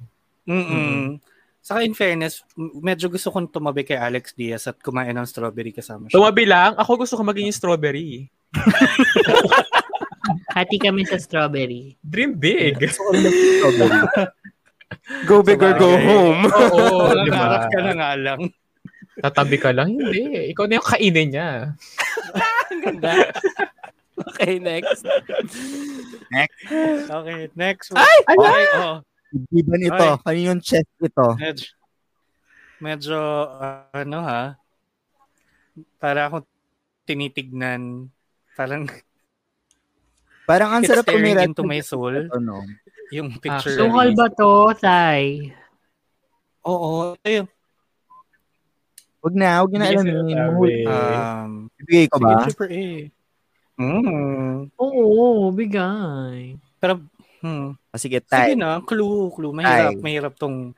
E: mm Saka in fairness, m- medyo gusto kong tumabi kay Alex Diaz at kumain ng strawberry kasama *laughs* siya.
C: Tumabi lang. Ako gusto ko maging strawberry.
A: Hati kami sa strawberry.
C: Dream big.
D: *laughs*
B: Strawberry.
D: Go big or go
E: Sabagay.
D: home.
C: Oo,
E: Oo,
C: diba?
E: nangarap ka na nga lang.
C: Tatabi ka lang. Hindi. Ikaw na yung kainin niya.
D: Ang ganda. *laughs* okay, next.
E: Okay, next one.
D: Ay!
B: ala!
E: Okay, oh,
B: Iban ito. Kaninong chest ito?
E: medyo, medyo ah, ano ha, para akong tinitignan, parang
B: Parang ang sarap
E: *laughs* staring
B: tumira.
E: into my soul,
B: Ito, no?
E: yung
C: Ah,
E: picture.
C: so
A: Tungkol ba to, Tay?
E: Oo, ayun.
B: Huwag na, huwag na
C: Hindi
B: alamin.
C: sinasabi.
B: Mahuli.
E: Um,
B: Ibigay ko ba?
E: sige, super A. Mm.
A: Oo, bigay.
E: Pero, hmm.
B: Ah, sige, tay.
E: Sige na, clue, clue. Mahirap,
B: Tay.
E: mahirap tong...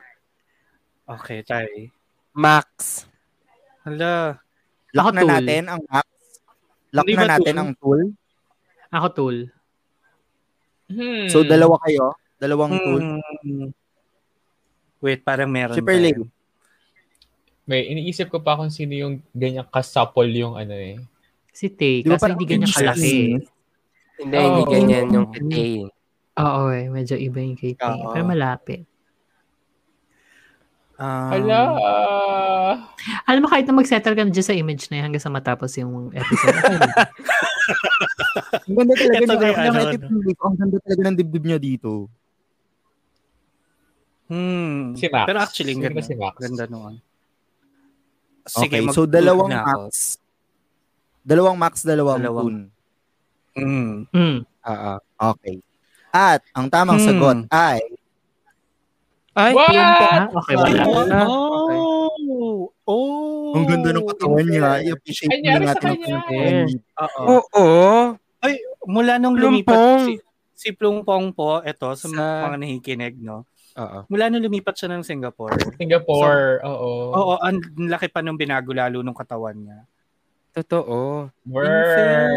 E: Okay, tay.
D: Max.
E: Hala.
B: Lock
A: Ako,
B: na
A: tool.
B: natin ang app. Lock
E: Hindi
B: na
E: ba
B: natin
E: tool?
B: ang tool.
A: Ako, Tul.
C: Hmm.
B: So, dalawa kayo. Dalawang tool.
E: Hmm. Wait, parang meron.
B: Super late.
E: tayo.
C: May iniisip ko pa kung sino yung ganyan kasapol yung ano eh.
A: Si Tay.
B: Di ba
A: Kasi
B: parang
A: hindi ganyan
B: Disney?
A: kalaki.
D: Hindi, hindi
C: Oh.
D: ganyan
B: Mm.
D: yung A.
A: Oo, eh. Medyo iba yung kay Tay.
B: Oo.
A: Pero malapit.
E: Ah.
B: Um,
C: Hala.
A: Alam mo, kahit na mag-settle ka na dyan sa image na yun hanggang sa matapos yung episode. okay lang.
B: Ang ganda talaga
E: *laughs* Ito
B: ng
E: na yung
B: ang
E: ano,
B: ganda ng dibdib ko. Ang ganda talaga ng dibdib niya dito.
E: Hmm.
C: Si Max.
E: Pero actually, ang
C: Sino
E: ganda.
C: ba si Max?
E: Ganda noon.
B: Okay,
E: mag-
B: so dalawang
E: na ako.
B: max. Dalawang max, dalawang,
E: Dalawang.
B: tool.
E: Hmm.
A: mm.
B: Ah, ah, okay. At ang tamang
E: Hmm.
B: sagot ay
D: Ay,
C: What?
D: yun po.
A: Ah, okay, wala.
D: Ay, wala.
E: Oh! Oh!
B: ang ganda ng katawan niya. I-appreciate
C: Ay,
B: muna
E: ano
C: nangyari sa
B: natin ang
C: kanya.
B: katawan niya.
E: Oo.
D: Oo.
E: Mula nung
D: Oh, Plumpong.
E: lumipat si, si Plumpong po, eto, sa,
D: Sa-
E: mga nahikinig, no?
D: Oo.
E: Mula nung lumipat siya ng Singapore,
C: Singapore. Oo.
E: oo, ang laki pa nung binago lalo nung katawan niya.
D: Totoo.
C: Word.
E: Unfair.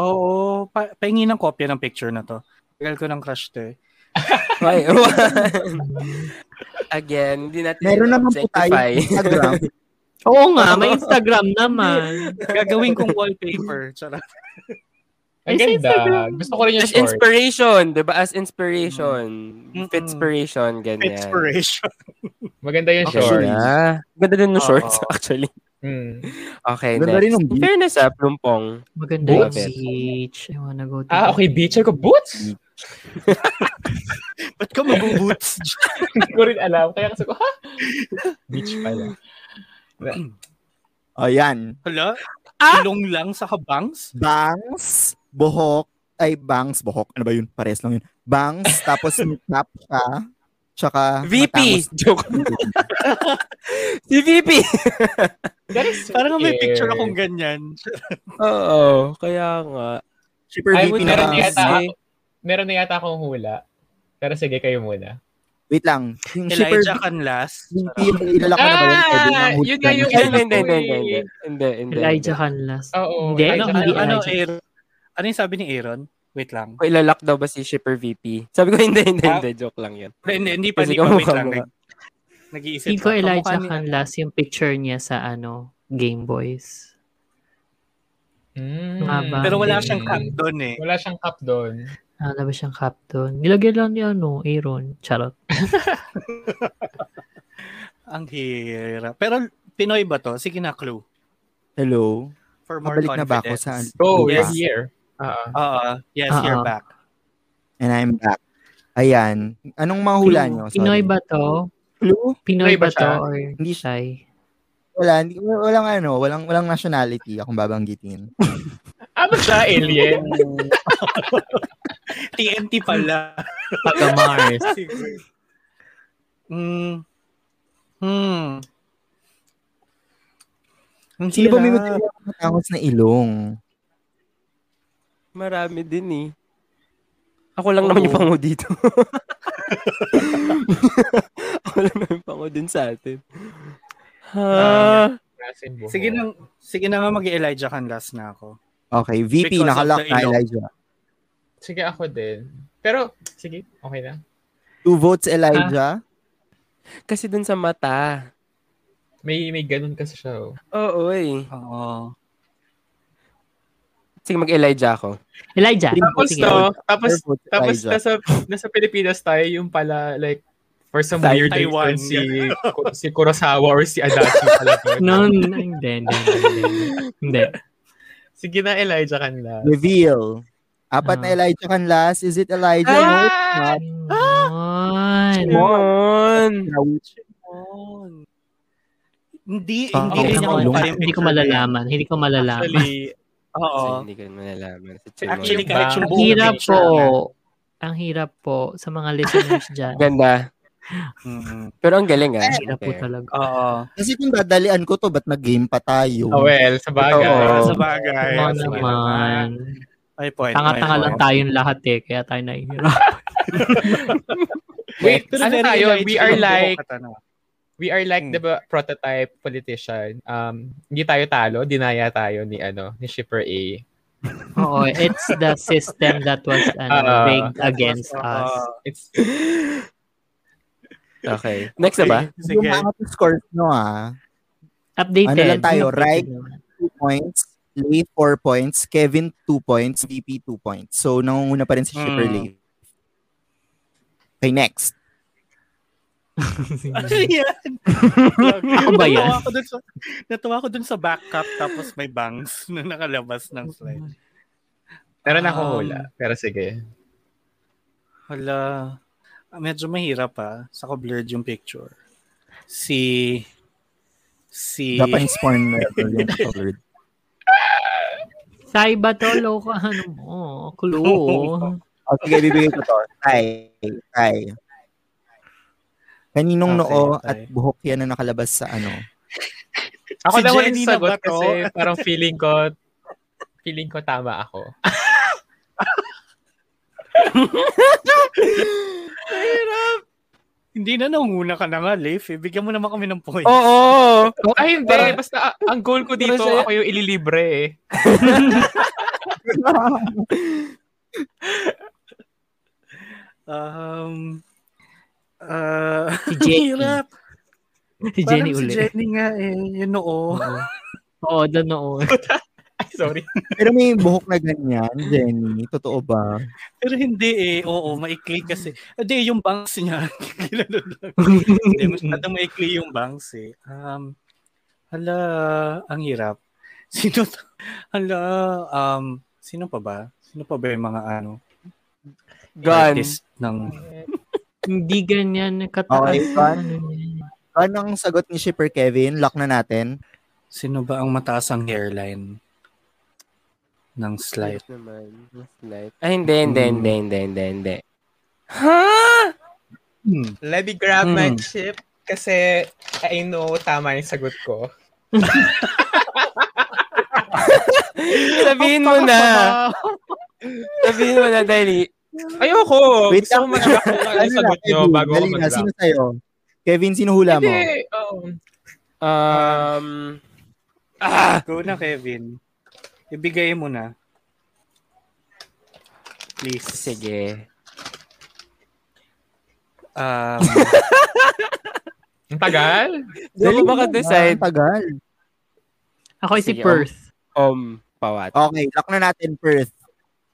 E: Oo. Pa- pahingi ng kopya ng picture na to. Tagal ko ng crush to eh.
D: Why? *laughs* Again, hindi natin
B: Meron naman po tayo
D: objectify.
B: *laughs* Instagram.
A: Oo nga, may Instagram naman.
E: Gagawin kong wallpaper. Charot.
C: Ang
A: Ay, si
C: ganda.
A: Instagram.
C: Gusto ko rin yung
D: *laughs* As
C: short.
D: inspiration, di ba? As inspiration. Fitspiration, ganyan.
E: Inspiration.
C: Maganda yung
B: Okay. Sure.
C: short.
D: Ah, ganda din ng
E: Oo.
D: shorts, *laughs* actually.
C: Hmm.
D: Okay,
B: Ganda
D: next.
B: rin ng
D: In fairness, ah, plumpong.
A: Maganda yung
D: Boots.
A: beach. I wanna go to
C: Ah,
A: the
C: okay. Beach. Ako, boots?
E: *laughs* Ba't ka mag-boots?
C: Hindi ko rin alam. Kaya kasi ko, ha? Beach pala.
B: O yan.
E: Hala?
D: Ah!
E: Ilong lang sa kabangs?
B: Bangs, buhok, ay bangs, buhok. Ano ba yun? Pares lang yun. Bangs, tapos tap siya. Tsaka
D: VP!
B: matangos.
D: Joke. *laughs* si VP!
C: That is so
E: Parang may
C: weird.
E: picture akong ganyan.
D: Oo, kaya nga.
B: Super
C: I
B: VP
C: would
B: na
C: meron
B: bangs.
C: yata.
D: eh.
C: Meron na yata akong hula. Pero sige, kayo muna.
B: Wait lang. Yung super
E: Elijah Canlas.
B: VP, ilalak na ba Ah! yun? ano Pwede na ang
C: Ah, yun nga yung
D: Ay,
B: huli.
D: Hindi, hindi, hindi, eh. hindi. Hindi, hindi.
A: Elijah Hanlas.
C: Oo.
A: Hindi,
C: Elijah
E: Ano, ano,
C: Hanlas.
E: ano,
A: Elijah.
E: Aaron? Ano yung sabi ni Aaron? Wait lang.
D: Ko ilalak daw ba si Shipper VP? Sabi ko, hindi, hindi, hindi. Joke lang yun.
E: Hindi, hindi pa,
D: Kasi
E: hindi pa. Wait
D: kamukha
E: lang.
D: mo.
E: Nag- Nag-iisip.
A: Hindi ko
E: ako.
A: Elijah
E: Kamukha ni-
A: Hanlas yung picture niya sa ano Game Boys.
C: Mm.
A: Nga ba?
E: Pero wala
A: Hindi.
E: siyang cap doon eh.
C: Wala siyang cup doon.
A: Ano ba siyang captain? Nilagyan lang niya ano, Aaron. Charot.
E: Ang hirap. Pero Pinoy ba to? Sige na, clue.
B: Hello.
E: For more
B: Pabalik na ba ako sa ano?
E: confidence.
C: Oh,
B: lupa?
C: you're here. Ah,
E: Oo. Yes,
A: Ah,
E: you're
A: ah.
E: back.
B: And I'm back. Ayan. Anong mahula nyo? Sorry.
A: Pinoy ba to?
B: Clue?
A: Pinoy,
C: Pinoy
A: ba,
C: ba
A: to?
C: siya?
A: Or
B: Hindi siya.
A: Thai?
B: Wala. Hindi, walang ano. Walang, walang nationality akong babanggitin.
C: ah ba't siya
E: *laughs*
C: alien?
E: TNT pala.
C: Taga Mars.
E: Sige. Hmm. Hmm. Ang
B: Sino ba may
E: hirap.
B: matangos na ilong?
D: Marami din eh. Ako lang naman
E: Oo.
D: yung pango dito. *laughs* Ako lang naman yung pango din sa atin. Ha?
C: Klaseng buhok.
E: Sige na, sige na nga mag-Elijah kan last na ako.
B: Okay. VP,
E: Because of
B: nakalock
E: the
B: na
E: ilong.
B: Elijah.
C: Sige, ako din. Pero, sige, okay na.
B: Two votes Elijah.
C: Ah.
D: Kasi dun sa mata.
C: May may ganun kasi siya. Oh.
D: Oo eh.
E: Oo.
D: Sige, mag-Elijah ako.
A: Elijah. Oh,
B: Tapos
C: Tapos
A: Sige.
C: to, tapos
B: Four votes
C: tapos
B: Elijah.
C: nasa nasa Pilipinas tayo yung pala like For some
D: Sa-
C: weird reason,
E: Taiwan.
C: si, si Kurosawa or si Adachi pala. to.
F: No, n- hindi, hindi, hindi, hindi. Hindi.
C: Sige na, Elijah Canlas.
B: Reveal. Apat na
F: Ah.
B: Elijah Canlas. Is it Elijah? No,
C: Ah.
B: it's
A: Ah!
B: not.
F: Yun.
D: Mon!
E: Hindi,
B: Ah, okay. Hindi ko
E: hindi, rin ako pa yung
F: Hindi ko
E: picture na yan.
F: malalaman. Hindi ko malalaman.
E: Actually, oo.
D: So, hindi ko rin malalaman. Si Chimon.
E: Actually,
C: Yung
E: kahit
C: ba?
E: yung
F: Ang
E: buong
F: hirap po.
E: picture niya.
F: Ang hirap po sa mga listeners dyan.
D: Ganda.
E: Mm-hmm.
D: Pero ang galing ah.
F: Ang hirap po
D: Okay.
F: talaga.
E: Oo.
B: Kasi kung dadalian ko to, ba't nag-game pa tayo?
C: Oh, well, sa bagay.
D: Oo.
E: Sa bagay.
F: Mga
E: Sige
F: naman.
E: May point.
F: Tanga-tanga
E: may
F: lang
E: point.
F: tayong lahat eh. Kaya tayo nahihirap.
C: Wait, ano
E: Pero
C: tayo?
E: Elijah,
C: We are
E: yung
C: like,
E: buong katanungan.
C: we are like
E: Hmm.
C: the prototype politician. Um, hindi tayo talo, dinaya tayo ni ano, ni Shipper A.
F: *laughs* Oo, it's the system that was ano,
C: Ah,
F: rigged against us.
E: Ah,
C: It's
D: Okay. Next na ba?
B: Yung
E: Sige. *laughs*
B: mga scores nyo ah.
F: Updated.
B: Ano lang tayo,
F: Updated
B: right?
F: naman.
B: 2 points. Lee 4 points. Kevin 2 points. VP 2 points. So, nangunguna pa rin si Shipper
E: Hmm.
B: Lee. Okay, next.
E: Ano yan? Ako
F: ba yan?
E: Natuwa ako dun sa, natuwa ako dun sa backup tapos may bangs *laughs* na nakalabas ng slide.
C: Meron akong
E: Um,
C: hula. Pero sige.
E: Hala. Ah, Medyo mahirap pa. Sa ko blurred yung picture. Si... Si...
B: Japanese porn level yung
C: *laughs*
B: colored.
F: Sai ba to? Loko, ano mo? Clue.
B: O, sige, bibigay ko to. Tay. Tay. Kaninong
E: Okay,
B: noo
E: tay.
B: at buhok yan na nakalabas sa ano?
C: Ako
E: Si
C: na huling
E: Jenny na
C: sagot
E: ba to?
C: kasi parang feeling ko, feeling ko tama ako.
E: Hindi na nanguna ka na nga, Leif. eh. Bigyan mo naman kami ng
F: Oh!
E: points.
D: Oo!
B: Oh,
C: Ay, hindi. Basta a- ang goal ko dito,
D: Basta-
C: ako yung ililibre eh.
E: Um, ah,
F: *laughs*
E: *laughs*
F: Si Jenny.
E: hirap.
F: Si Jenny
E: Parang si
F: uli.
E: Jenny nga eh. Yun noo.
F: Oo. Oo, doon noon.
C: Ay, sorry.
B: Pero may buhok na ganyan, Jenny. Totoo ba?
E: Pero hindi eh. Oo, maikli kasi. Hindi, yung bangs niya. *laughs* Ginanon lang. Hindi, masyadong maikli yung bangs eh. Um, hala, ang hirap. *laughs* Sino to? Hala, um, sino pa ba? Sino pa ba yung mga ano?
D: Gun.
E: Artist ng...
F: *laughs* Hindi ganyan nakataas.
B: Okay, fun.
F: Ano yan.
B: Anong sagot ni Shipper Kevin? Lock na natin.
E: Sino ba ang mataas ang hairline? ng slide.
D: naman. Light. Ay, Ah, hindi, hindi,
E: Hmm.
D: hindi, hindi, hindi, hindi. Ha?
E: Hmm.
C: Let me grab
E: my
B: Hmm.
C: chip kasi I know tama yung sagot ko.
D: Sabihin mo *laughs* na. Sabihin mo na, Dali.
C: Ayoko!
B: Wait
C: Gusto ko
B: lang.
C: mag-back kung ano yung sagot nyo bago ako
B: dali na.
C: mag-back.
B: Sino sa'yo? Kevin, sino hula mo?
C: Hindi. oo.
D: Um, ah,
E: Go na, Kevin. Ibigay mo na. Please.
D: sige.
E: *laughs* Um,
C: Ang tagal?
D: Di ako ah.
B: mo
D: makadecide.
B: na, Tagal.
F: Ako ay si
D: Sige,
F: Perth.
D: Um, pawat.
B: Okay, lock na natin, Perth.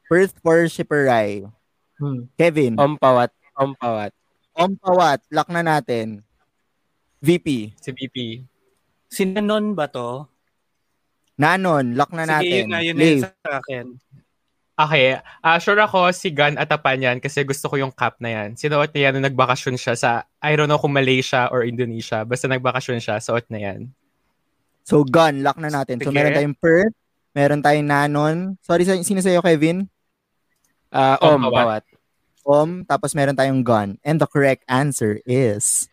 B: Perth for Shipper Rai.
F: Hmm.
B: Kevin,
D: Um, pawat. Um, pawat.
B: Ompawat, lock na natin. VP,
C: Si BP.
E: sinanon ba to?
B: Nanon, lock na natin.
E: Sige, yun na, yun na
B: Leif.
E: yun sa akin.
C: Okay. ah sure ako si Gan atapan yan kasi gusto ko yung cap na yan. Sinuot niya nung nagbakasyon siya sa, I don't know kung Malaysia or Indonesia. Basta nagbakasyon siya, suot na yan.
B: So, gun, lock na natin. So,
C: Sige.
B: meron tayong Perth, meron tayong Nanon. Sorry, sa- sino sa'yo, Kevin?
D: Ah,
C: Um,
D: um,
C: pawat.
D: pawat.
B: Om, tapos meron tayong gun. And the correct answer is...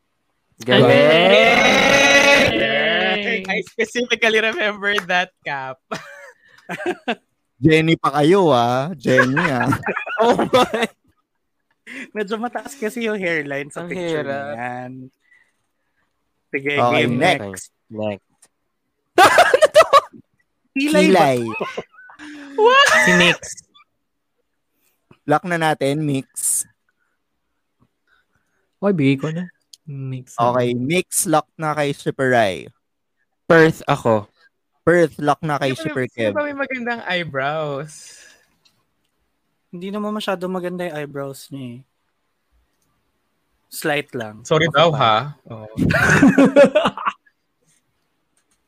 D: *laughs*
F: Galing!
C: I specifically remember that cap.
B: Jenny pa kayo, ah. Jenny, ah.
E: *laughs*
D: Oh my.
E: Medyo mataas kasi yung hairline
D: Ang
E: sa picture
D: hirap.
E: na yan. Sige,
B: Okay,
E: game
B: next.
E: next.
D: Next.
E: Kilay ba?
B: Kilay.
F: Si Nix.
B: Lock na natin, mix.
F: Oy, bigay ko na. Nix.
B: Okay, mix, lock na kay Shipper Rai.
D: Perth ako.
B: Perth, lock na kay
C: ano, Sino
B: Shipper
C: ba- sino
B: Kev.
C: ba may magandang eyebrows?
E: Hindi naman masyado maganda yung eyebrows niya eh. Slight lang.
C: Sorry daw ha. Oo.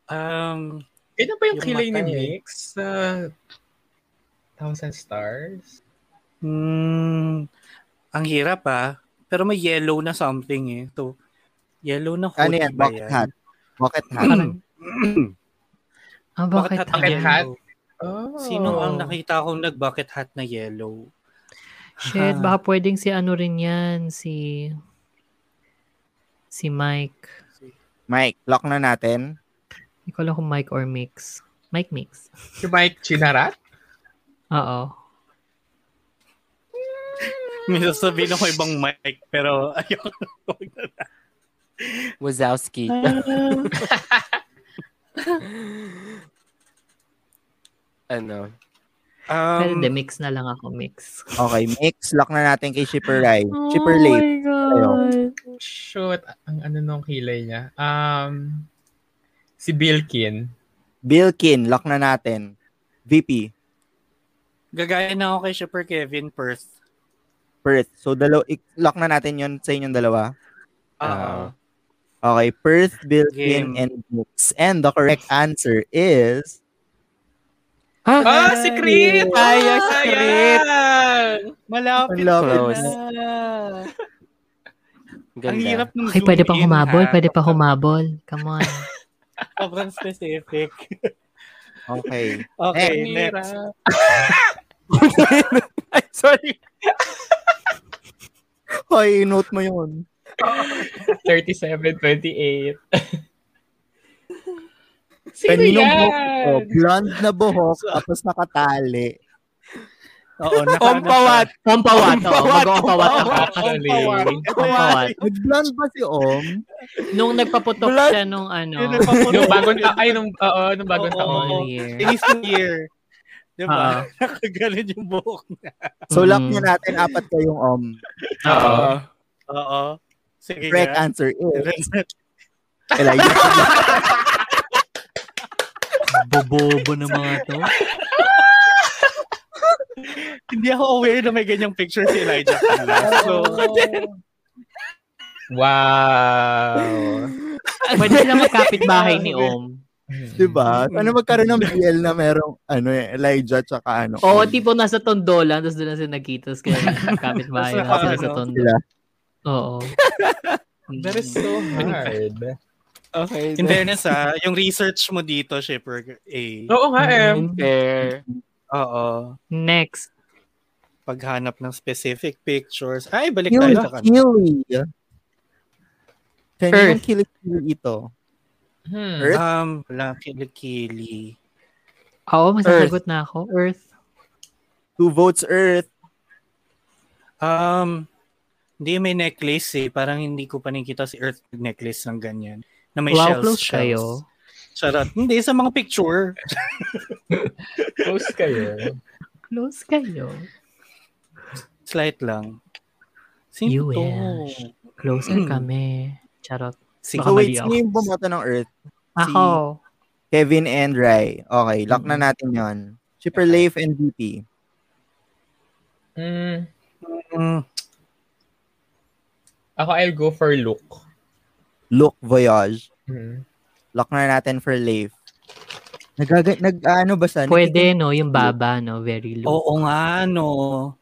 E: Um,
C: Ganyan ba yung,
E: Yung
C: kilay ni
E: mata eh.
C: Nyx sa Thousand Stars?
E: mm, ang hirap ah. Pero may yellow na something eh. So, yellow na
B: Ano
E: hoodie
B: yan?
E: ba
B: Bucket
E: yan?
B: hat. Bucket hat.
F: *clears throat*
E: Parang-
A: Ah, bakit?
E: Bucket hat,
C: Bucket
A: yan?
C: hat?
E: yellow.
C: Oh.
E: Sino ang nakita kong nag-bucket hat na yellow? *laughs*
A: Shit,
E: Ha.
A: baka pwedeng si ano rin yan, si... Si Mike.
B: Mike, lock na natin.
A: Hindi ko alam kung Mike or Mix. Mike Mix.
C: Si Mike Chinarat?
A: Oo.
E: May sasabihin ako ibang mic, pero ayoko. Huwag na.
D: Wazowski. ano?
A: Pero
E: Um,
A: de mix na lang ako, mix.
B: Okay, mix. Lock na natin kay Shipper Rai.
A: Oh.
B: Shipper Late.
C: Shoot. Ang ano nung kilay niya? Um, si Bilkin.
B: Bilkin, lock na natin. VP,
E: gagaya na ako kay Shipper Kevin Perth.
B: Perth. So, dalaw- i- lock na natin yon sa inyong dalawa.
D: Ah.
B: Okay, Perth, Bilkin,
E: Game.
B: and Mix. And the correct answer is...
C: Ah, si Crit!
D: Ay, si Crit!
C: ayan!
E: Malapit
D: Close.
E: na.
D: Ganda.
E: Ang hirap ng
A: Okay, pwede pa
E: zoom in,
A: humabol,
E: ha?
A: pwede pa humabol. Come on.
E: Sobrang specific.
B: Okay.
E: Okay,
C: Ang
E: next.
C: hirap.
D: Ay, sorry.
B: Hoy, note mo yun.
C: 37, 28. Sino
B: Kaninong
C: yan?
B: buhok ito? Blonde na buhok, tapos nakatali.
E: Oo,
D: Ompawat.
A: Pampawat, oh,
D: Pampawat,
A: mag-oompawat ako.
C: Actually,
A: Pampawat.
B: Nag-blonde ba si Om?
A: *laughs* Nung nagpaputok
D: Blood.
A: siya nung ano,
C: nung bagong taon, ay, nung, oo, nung bagong
E: Oo.
C: taon.
A: New Year.
E: Tinis ng year. *laughs* Diba? Nakagalan yung buhok niya.
B: So, lock
A: Mm.
B: na natin apat kayong Om.
C: Oo.
D: Ah.
E: Oo. Sige
B: Correct
E: nga.
B: answer is... Elijah. *laughs*
A: Bobobo ng mga to.
E: Hindi ako aware na may ganyang picture si Elijah
D: *laughs*
E: Canlas. So,
C: Wow.
A: Pwede sila magkapit-bahay ni Om.
B: Diba? Ano magkaroon ng BL na merong ano eh, Elijah tsaka ano?
A: Oo, tipo nasa Tondola, tapos doon na sila nagkita, *laughs* tapos kaya kapit-bahay na
E: Tapos
A: sila
E: nakakano.
A: sa Tondola.
B: sila.
A: Oo.
C: That is so Hmm. hard.
D: Okay.
E: in fairness ah, yung research mo dito, Shipper A.
C: Oo nga eh.
D: Hmm. Fair.
E: Oo.
A: Mm. Next.
E: Paghanap ng specific pictures. Ay, balik
B: Yung
E: tayo sa kanila.
B: Kiwi. Kanyang kilikili ito.
C: Hmm.
B: Earth?
E: Um, wala, kilikili.
A: Oo, masasagot na ako. Earth.
B: Two votes Earth.
E: Um, hindi may necklace eh. Parang hindi ko pa nakikita si Earth necklace ng ganyan. Na may
A: wow,
E: shells.
A: close
E: shells.
A: kayo.
E: Charot. Hindi, sa mga picture.
C: Close kayo.
A: Close kayo.
E: Slight lang.
A: You
E: Sino to?
A: wish. Closer kami. Charot.
E: Sige.
A: Baka
B: So wait,
A: mali ako.
B: sino yung bumoto ng Earth?
A: Ako.
B: Kevin and Rai. Okay, lock
A: Mm-hmm.
B: na natin yon. Shipper Leif and VP.
C: Hmm.
E: Mm,
C: Ako, I'll go for look.
B: Look Voyage.
C: Hmm.
B: Lock na natin for Leif. Nagaga- nag ano ba sa?
A: Pwede, no? Yung baba, no? Very low.
E: oo nga, no.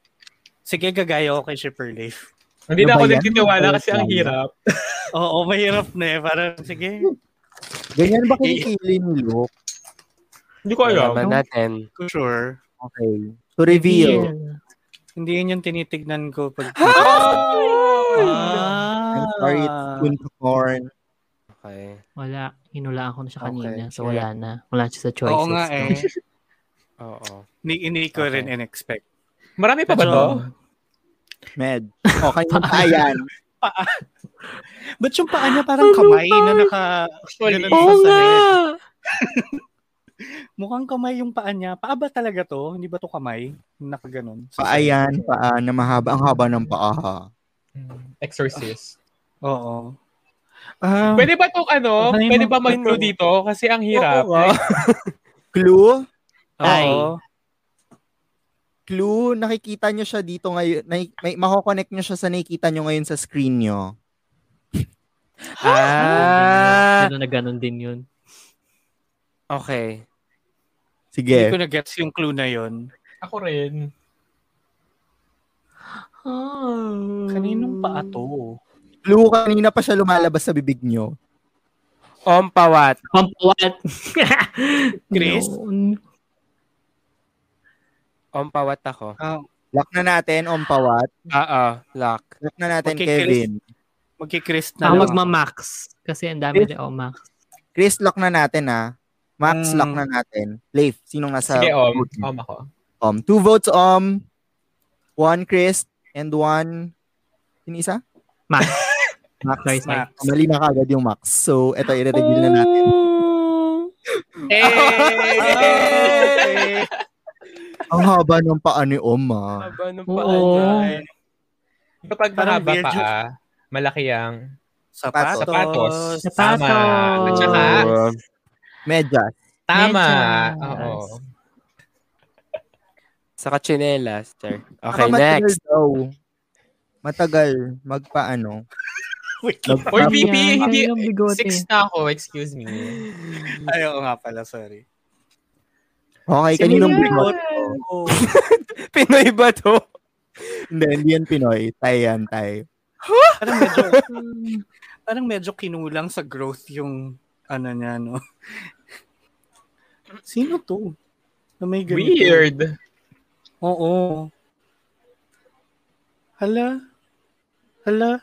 E: Sige, gagaya ako kay Shipper Leif. *laughs*
C: Hindi na
B: Ano
C: ako
B: ba yan?
C: nagtitiwala kasi ang
B: Ano?
C: hirap.
E: Oo, mahirap na eh. Parang, sige,
B: Ganyan ba kilikili ni Look?
C: Hindi ko
B: Ano
C: alam.
D: Malaman natin.
E: ko sure.
B: Okay. To reveal.
E: Hindi yun yung tinitignan ko pag...
B: I'm sorry, it's soon to corn.
D: Okay.
A: Wala. Hinulaan ko na siya
D: Okay,
A: kanina. So,
D: sure.
A: wala na. Wala siya sa choices.
E: Oo nga eh.
D: Oo.
E: Hindi, hindi ko rin
D: Okay.
E: in-expect.
C: Marami pa ba
E: Medyo-
C: to?
B: *laughs* Med. Okay, yung pa yan.
E: Ba't yung paa niya parang kamay na naka... ganun
C: Oo
E: sa salid? Mukhang kamay yung paa niya. Paa ba talaga to? Hindi ba to kamay? Nakaganon. Sa
B: Paa
E: salid.
B: yan, paa na mahaba. Ang haba ng paa ha.
C: Hmm. Exorcist.
E: Oo. Um,
C: Pwede ba itong ano?
E: Ay,
C: Pwede ba
E: mag-
C: mag-clue
E: ano?
C: dito? Kasi ang hirap.
B: Oo nga. Clue?
E: Oo.
B: clue, nakikita nyo siya dito ngayon, may, may, makokonect nyo siya sa nakikita nyo ngayon sa screen *laughs* nyo.
D: Ah,
F: Ganun na ganun din yun.
D: okay.
E: Hindi ko
B: Sige.
E: na-gets yung clue na yun.
C: Ako rin.
E: Ah. Kaninong pa ato?
B: Clue kanina pa siya lumalabas sa bibig nyo.
D: Ompawat.
F: Pampawat.
E: Chris?
F: Yun.
D: Ompawat ako.
B: Lock na natin, Ompawat.
D: Oo, lock.
B: Lock na natin,
E: Okay,
B: Kevin.
E: Magki-Chris na
F: Ako
E: lang.
F: magma-max. Kasi ang dami na oh, max.
B: Chris, lock na natin ha. Max,
E: Mm.
B: lock na natin. Leif, sinong nasa...
C: Sige, Om.
B: vote mo?
C: Om ako.
B: Om. Um, Two votes, Om. One, Chris. And one... Sino isa? *laughs*
F: Max.
B: Max.
F: Sorry, sorry.
E: Max.
B: Mali na kagad yung Max. So, eto, i-reveal na natin.
C: Hey!
B: Ang haba ng paa ni Om, ah.
D: Haba ng
F: Oo.
D: paa niya.
C: Kapag
E: Parang
C: mahaba
E: Virgil.
C: pa, ah. malaki ang
E: Sapatos.
C: sapatos.
F: Sapatos.
C: Tama. At saka,
D: Oo.
B: Medyas.
C: tama.
F: Medyas.
C: Oo.
D: Saka chinelas, sir.
B: Saka
D: Okay,
B: matagal
D: next.
B: Daw. Matagal. Magpaano.
E: *laughs* Wait lang.
B: Magpa-
C: Or VP,
F: Yan,
C: hindi.
F: yan yung bigote.
C: Six na ako, excuse me.
E: Ay, oo nga pala, sorry.
B: Okay, kaninong bigot?
E: Oh,
D: Pinoy ba to?
B: Hindi, hindi yan Pinoy. Tay yan, tay.
E: parang medyo, parang medyo kinulang sa growth yung ano niya, no? *laughs* Sino to? Na may ganito?
C: Weird.
E: Oo. Hala? Hala?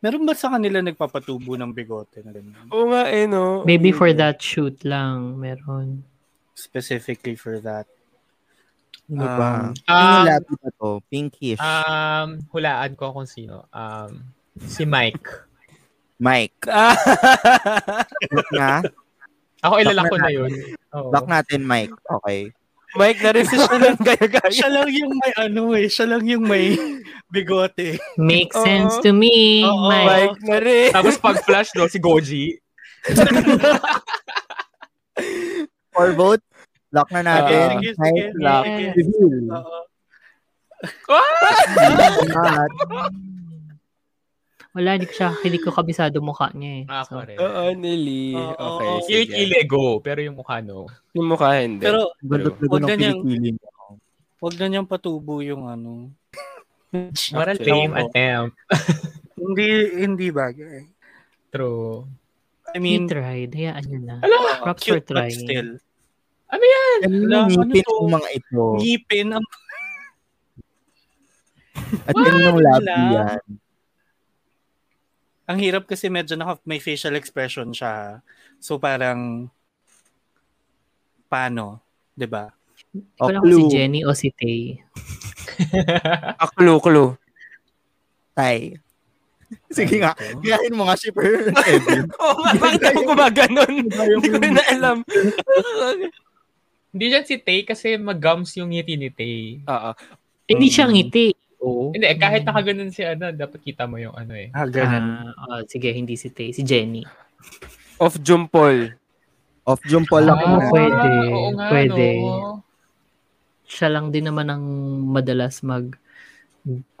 E: Meron ba sa kanila nagpapatubo ng bigote na ganun?
D: Oo nga eh, no?
F: Maybe for that shoot lang meron.
E: Specifically for that.
B: Ano ba?
E: Um,
B: Anong
C: Um,
B: labi ba to? Pinkish.
C: um, hulaan ko kung sino. Um, si Mike.
B: Mike. Lock na.
C: Ako ilalak
B: Lock
C: ko
B: na
C: na yun. Oo.
B: Lock natin, Mike. Okay.
D: Mike, *laughs* na-resist na lang gaya-gaya.
E: siya lang yung may ano eh. Siya lang yung may *laughs* bigote. eh.
F: Makes
D: Oo.
F: sense to me,
E: Oo,
F: Mike.
D: Mike na rin.
C: Tapos pag flash daw, si Goji.
B: Four votes. Lock na natin.
E: Sige, sige,
B: Mike,
E: sige.
B: lock.
E: Yes.
B: Reveal.
E: Oo. Diba?
B: At
F: Wala, hindi ko siya, hindi ko kabisado mukha niya eh.
C: Ako
F: So,
C: rin.
D: Oo, Nelly.
E: Oo.
D: Okay,
C: Yung
D: sige.
C: ilego, oh. pero yung mukha no.
D: Yung mukha, hindi.
E: Pero
B: gandot na
E: Huwag
B: ng
E: na niyang-
B: kilikili mo.
E: Huwag na niyang patubo yung ano.
C: Moral
D: Actually,
C: fame
E: ako.
C: attempt.
E: Hindi, hindi bagay.
C: True.
F: he
E: I mean,
F: tried. Hayaan niyo na.
C: Ala,
F: Props for
E: cute but
F: trying.
E: still.
B: Kanina
E: Ano
B: ngipin
E: to?
B: ang mga ito.
E: Ngipin ang
B: At kaninong labi
E: Wala.
B: yan.
E: ang hirap kasi medyo naka, may facial expression siya. So parang paano, Diba? 'di ba?
F: Hindi ko
B: O,
F: lang kung si
B: clue.
F: Jenny o si Tay.
D: Ako, clue, clue.
B: Tay. Sige nga. Gayahin mo nga, shipper. Kevin.
D: *laughs* Oo nga, bakit ako gumaganon? Hindi ko rin na alam.
C: Hindi dyan si Tay kasi mag-gums yung ngiti ni Tay.
D: Oo.
F: Hindi siya ngiti. Oo.
C: Hindi, eh,
A: Mm.
C: kahit nakaganon si ano, dapat kita mo yung ano eh.
E: Ah,
F: Ah, oh, sige, hindi si Tay. Si Jenny.
D: Of Jumpol.
B: Off jump pa lang
F: Ah,
B: na.
F: pwede.
C: oo nga,
F: Pwede.
C: no.
F: Siya lang din naman ang madalas mag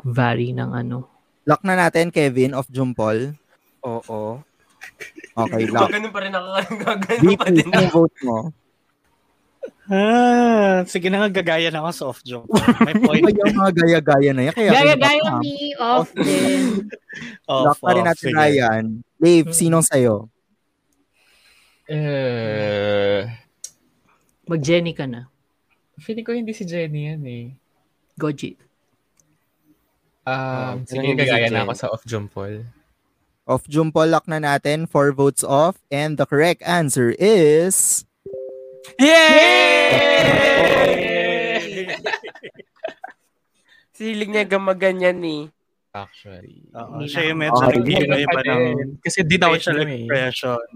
F: vary ng ano.
B: Lock na natin, Kevin. Off jump Paul.
D: Oo.
B: Okay,
E: *laughs*
B: lock.
D: Gumaganon pa rin ako. *laughs* Gumaganon
B: VP, anong vote mo?
E: Ah, sige na nga gagaya na ako sa off joke. May point
B: Ay, yung mga gaya-gaya na yan. Kaya
F: Gaya-gaya me off din.
E: off.
B: *laughs* Lock pa rin
E: off,
B: natin
E: sige.
B: Ryan. Dave,
E: Hmm.
B: sinong sa'yo?
C: Eh,
F: Mag-Jenny ka na.
C: feeling ko hindi si Jenny yan eh.
F: Goji.
D: Oo,
C: Um, sige,
D: hindi si
C: gagaya na
D: Jenny.
C: ako sa off jump Paul.
B: Off jump Paul, lock na natin. Four votes off. And the correct answer
E: *laughs*
B: is...
D: Yay! Silig niya eh. gamaganyan ni.
C: Actually.
D: Ah,
E: Oo, siya yung medyo
B: Okay.
E: nagbibigay pa ng
C: Kasi di daw siya
E: facial
C: eh.
E: expression.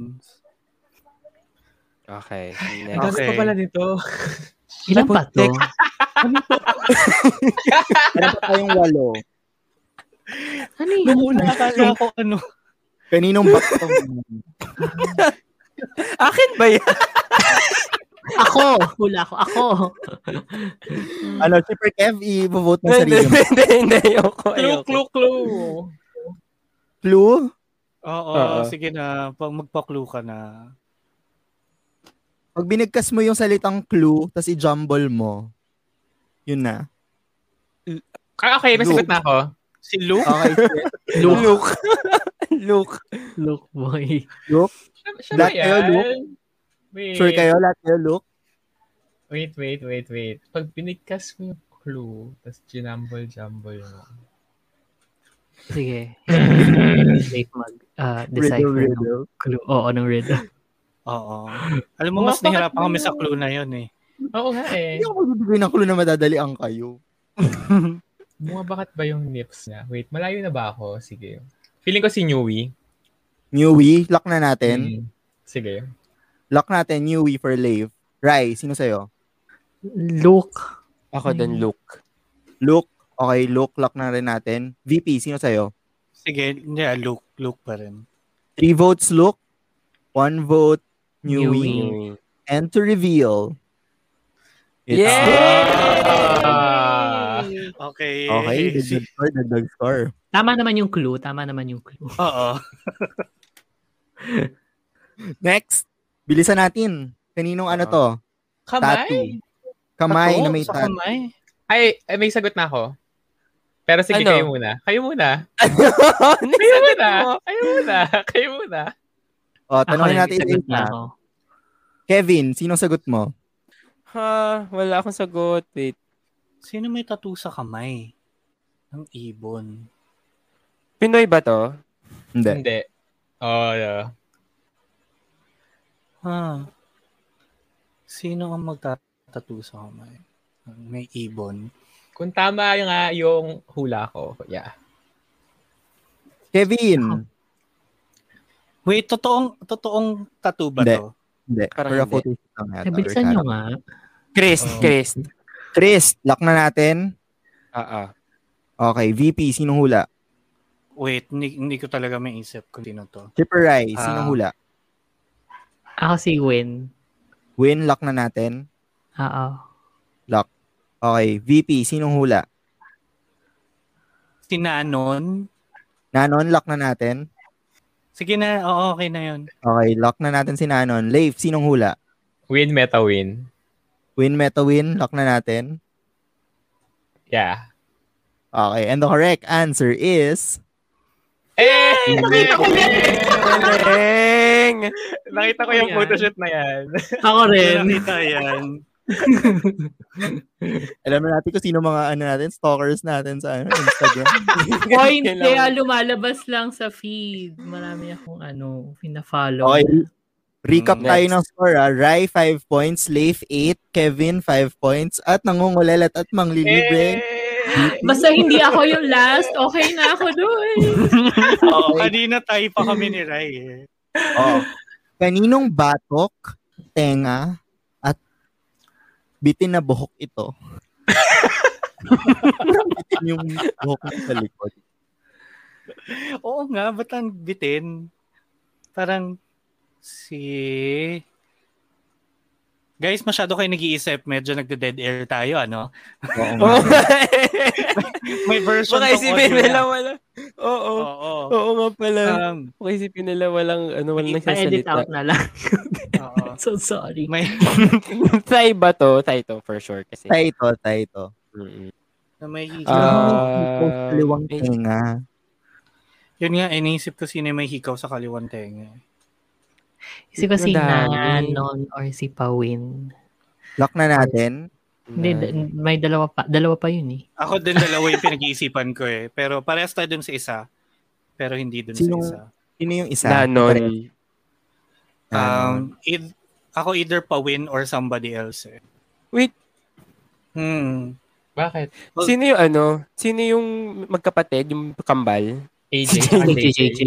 D: Okay.
C: Ang
D: Next.
C: dami
E: Okay.
C: pa pala nito.
F: Ilan pa to?
B: Ano pa tayong walo?
F: Ano yun?
E: Noong una akala ko ano,
B: Kaninong back to mo?
D: Akin ba yan?
F: Ako! Hula ko. Ako!
B: Ano, Shipper Kev, i-vote mo
D: Hindi,
B: sarili mo.
D: hindi, hindi. Ayoko,
C: Clue,
D: ayoko.
C: clue, clue.
B: Clue?
E: Oo,
D: Oo.
E: sige na. Pag magpa-clue ka na.
B: Pag binigkas mo yung salitang clue, tapos i-jumble mo, yun na.
C: Ah, okay, may
B: Clue.
C: sagot na ako.
E: Si Luke?
B: Okay,
F: Look,
D: Look. *laughs* Look.
F: look, boy.
C: Siya, siya ba
B: Lahat kayo,
C: yan?
B: Luke?
C: Wait,
B: sure kayo, lahat kayo, Luke?
C: wait, wait, wait, wait. Pag binigkas mo yung clue, tapos ginumble-jumble mo.
F: Sige. Safe mag ah, decipher
B: Riddle,
F: ng
B: riddle.
F: clue. Oo, ng riddle.
E: Oo. Alam mo,
F: Ano
C: Mga
E: mas nahirapan
C: bakit
E: kami
C: yun?
E: sa clue na yun eh.
C: Oo nga eh.
B: Hindi ako magbibigay ng clue na madadali ang kayo.
C: Bumabakat ba yung nips niya? Wait, malayo na ba ako? Sige. Feeling ko si Newy.
B: Newy, E, lock na natin.
C: Hmm. Sige.
B: Lock natin, Newy for Lave. Rai, sino sa'yo?
F: Look.
D: Ako din, Luke.
B: Luke? Okay, Luke, lock na rin natin. VP, sino sa'yo?
E: Sige, yeah, Luke. Luke pa rin.
B: Three votes, Luke. One vote,
F: Newy.
D: Hmm.
B: Newy.
D: E.
B: And to reveal, it's-
C: Ah,
E: Okay. *laughs*
B: Okay, dagdag score, dagdag score.
F: Tama naman yung clue. Tama naman yung clue.
E: Oo.
B: Next, bilisan natin. Kaninong ano to?
C: kamay?
B: Kamay na may
E: Sa
B: tattoo.
E: kamay.
C: Ay, ay, may sagot na ako. Pero sige,
D: Ano?
C: kayo muna. Kayo muna. Kayo
D: Oh, Sagot
C: muna.
D: mo.
C: Kayo muna. *laughs* Kayo muna.
B: O,
F: Ako
B: Oh, tanongin
F: na
B: natin
F: nagsagot
B: isa-isa.
F: na ako.
B: Kevin, sinong sagot mo?
D: Ha, wala akong sagot. Wait.
E: Sino may tattoo sa kamay? Ang ibon.
D: Pinoy ba to?
B: Hindi.
C: Hindi. Oh, yeah.
E: Ha? Ah. Sino ang magtatattoo sa kamay? Ang May ibon.
C: Kung tama yung, nga yung hula ko, yeah.
B: Kevin!
E: Wait, totoong, totoong tattoo ba
B: Hindi.
E: to?
B: Hindi.
D: Parang
B: For a
D: hindi.
B: photo shoot lang yata. or
F: Nabilisan nyo
B: character.
F: nga.
D: Chris,
C: Oh.
D: Chris.
B: Chris, lock na natin.
D: Ah, ah.
B: Okay, VP, sinong hula?
E: Wait, hindi, hindi ko talaga may isip kung sino to.
B: Chipper Rai, sinong
E: Ah.
B: hula?
F: Ako si Gwen.
B: Win, lock na natin.
F: Oo.
B: Okay, VP, sinong hula?
E: Si Nanon?
B: Nanon, lock na natin.
E: Sige na, oo, okay na yun.
B: Okay, lock na natin si Nanon. Leif, sinong hula?
C: Win, meta, win.
B: Win, meta, win, lock na natin.
C: Yeah.
B: Okay, and the correct answer is...
C: Eh! Nakita ko yan!
D: Galing!
C: nakita ko yung
F: Yan.
C: photoshoot na yan.
F: Ako
C: *laughs*
F: rin.
E: Nakita *laughs* yan.
B: Alam na natin kung sino mga ano natin, stalkers natin sa ano, Instagram.
F: Point
D: *laughs* Kailangan-
F: kaya lumalabas lang sa feed. Marami akong ano, pina-follow.
B: okay, recap
D: Mm,
B: tayo
D: next.
B: ng score ah. Rai, 5 points. Leif, 8. Kevin, 5 points. At nangungulelat at
C: Eh.
B: manglilibre.
F: Basta hindi ako yung last, okay na ako doon.
E: Oo, kanina tayo pa kami ni Rai. eh.
B: Oh. Kaninong batok, tenga, at bitin na buhok ito? *laughs* Parang bitin yung buhok mo sa likod.
E: Oo nga, ba't ang bitin? Parang si... Guys, masyado kayo nag-iisip. Medyo nagde-dead air tayo, ano?
B: Oo
D: *laughs*
B: nga.
D: Oh.
E: May version
D: Baka
E: tong
D: isipin
E: audio
D: nila
E: na-
D: wala. Oo.
E: Oo.
D: Oo nga pala.
E: Um,
D: Baka isipin nila walang, ano, walang
F: Pa-edit
D: nagsasalita.
F: out na lang. *laughs*
E: oo.
F: so sorry.
E: May,
D: Thai ba to? Thai to, for sure. Kasi.
B: Tayo ito, tayo ito.
D: Mm-mm.
E: may
D: Ah.
E: hikaw.
B: Hikaw sa kaliwang
D: may-
B: tenga.
E: Yun nga, iniisip ko sino yung may hikaw sa kaliwang tenga.
F: Isip ko si
D: Madami.
F: Nanon or si Pawin.
B: Lock na natin.
F: Hindi, da- may dalawa pa. Dalawa pa yun eh.
E: Ako din dalawa yung pinag-iisipan ko eh. Pero parehas tayo dun sa isa. Pero hindi dun
B: Sino-
E: sa isa.
B: Sino yung ah, isa? Pare-
D: Nanon.
B: Nanon.
E: Um, eith- ako either pa win or somebody else eh.
D: Wait.
E: Hmm.
C: Bakit?
D: Sino yung ano? Sino yung magkapatid? Yung kambal?
C: AJ.
F: Si JJJ.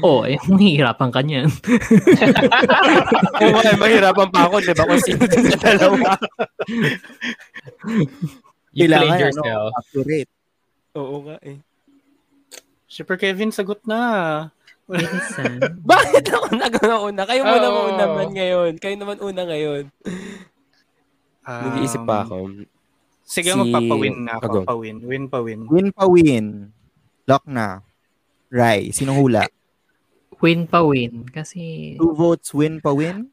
F: Oo, oh, eh, *laughs* mahihirapan ka niyan.
D: Ay, ma- mahirapan pa ako, di ba? Kung sino dun sa dalawa.
C: You
B: Kailangan,
C: played
B: ano,
C: yourself.
B: accurate.
D: *laughs* Oo nga eh.
E: Super Kevin, sagot na.
F: Minsan.
D: *laughs* Bakit ako na una? Kayo muna
C: Oo.
D: mauna man ngayon. Kayo naman una ngayon.
E: Um,
D: Nag-iisip pa ako.
E: Sige,
D: Si-
E: magpapawin na
D: Ako.
E: ako. Pawin. Win pa win.
B: Win pa win. Lock na. Rai, sinong hula?
F: Win pa win. Kasi...
B: Two votes, win pa win?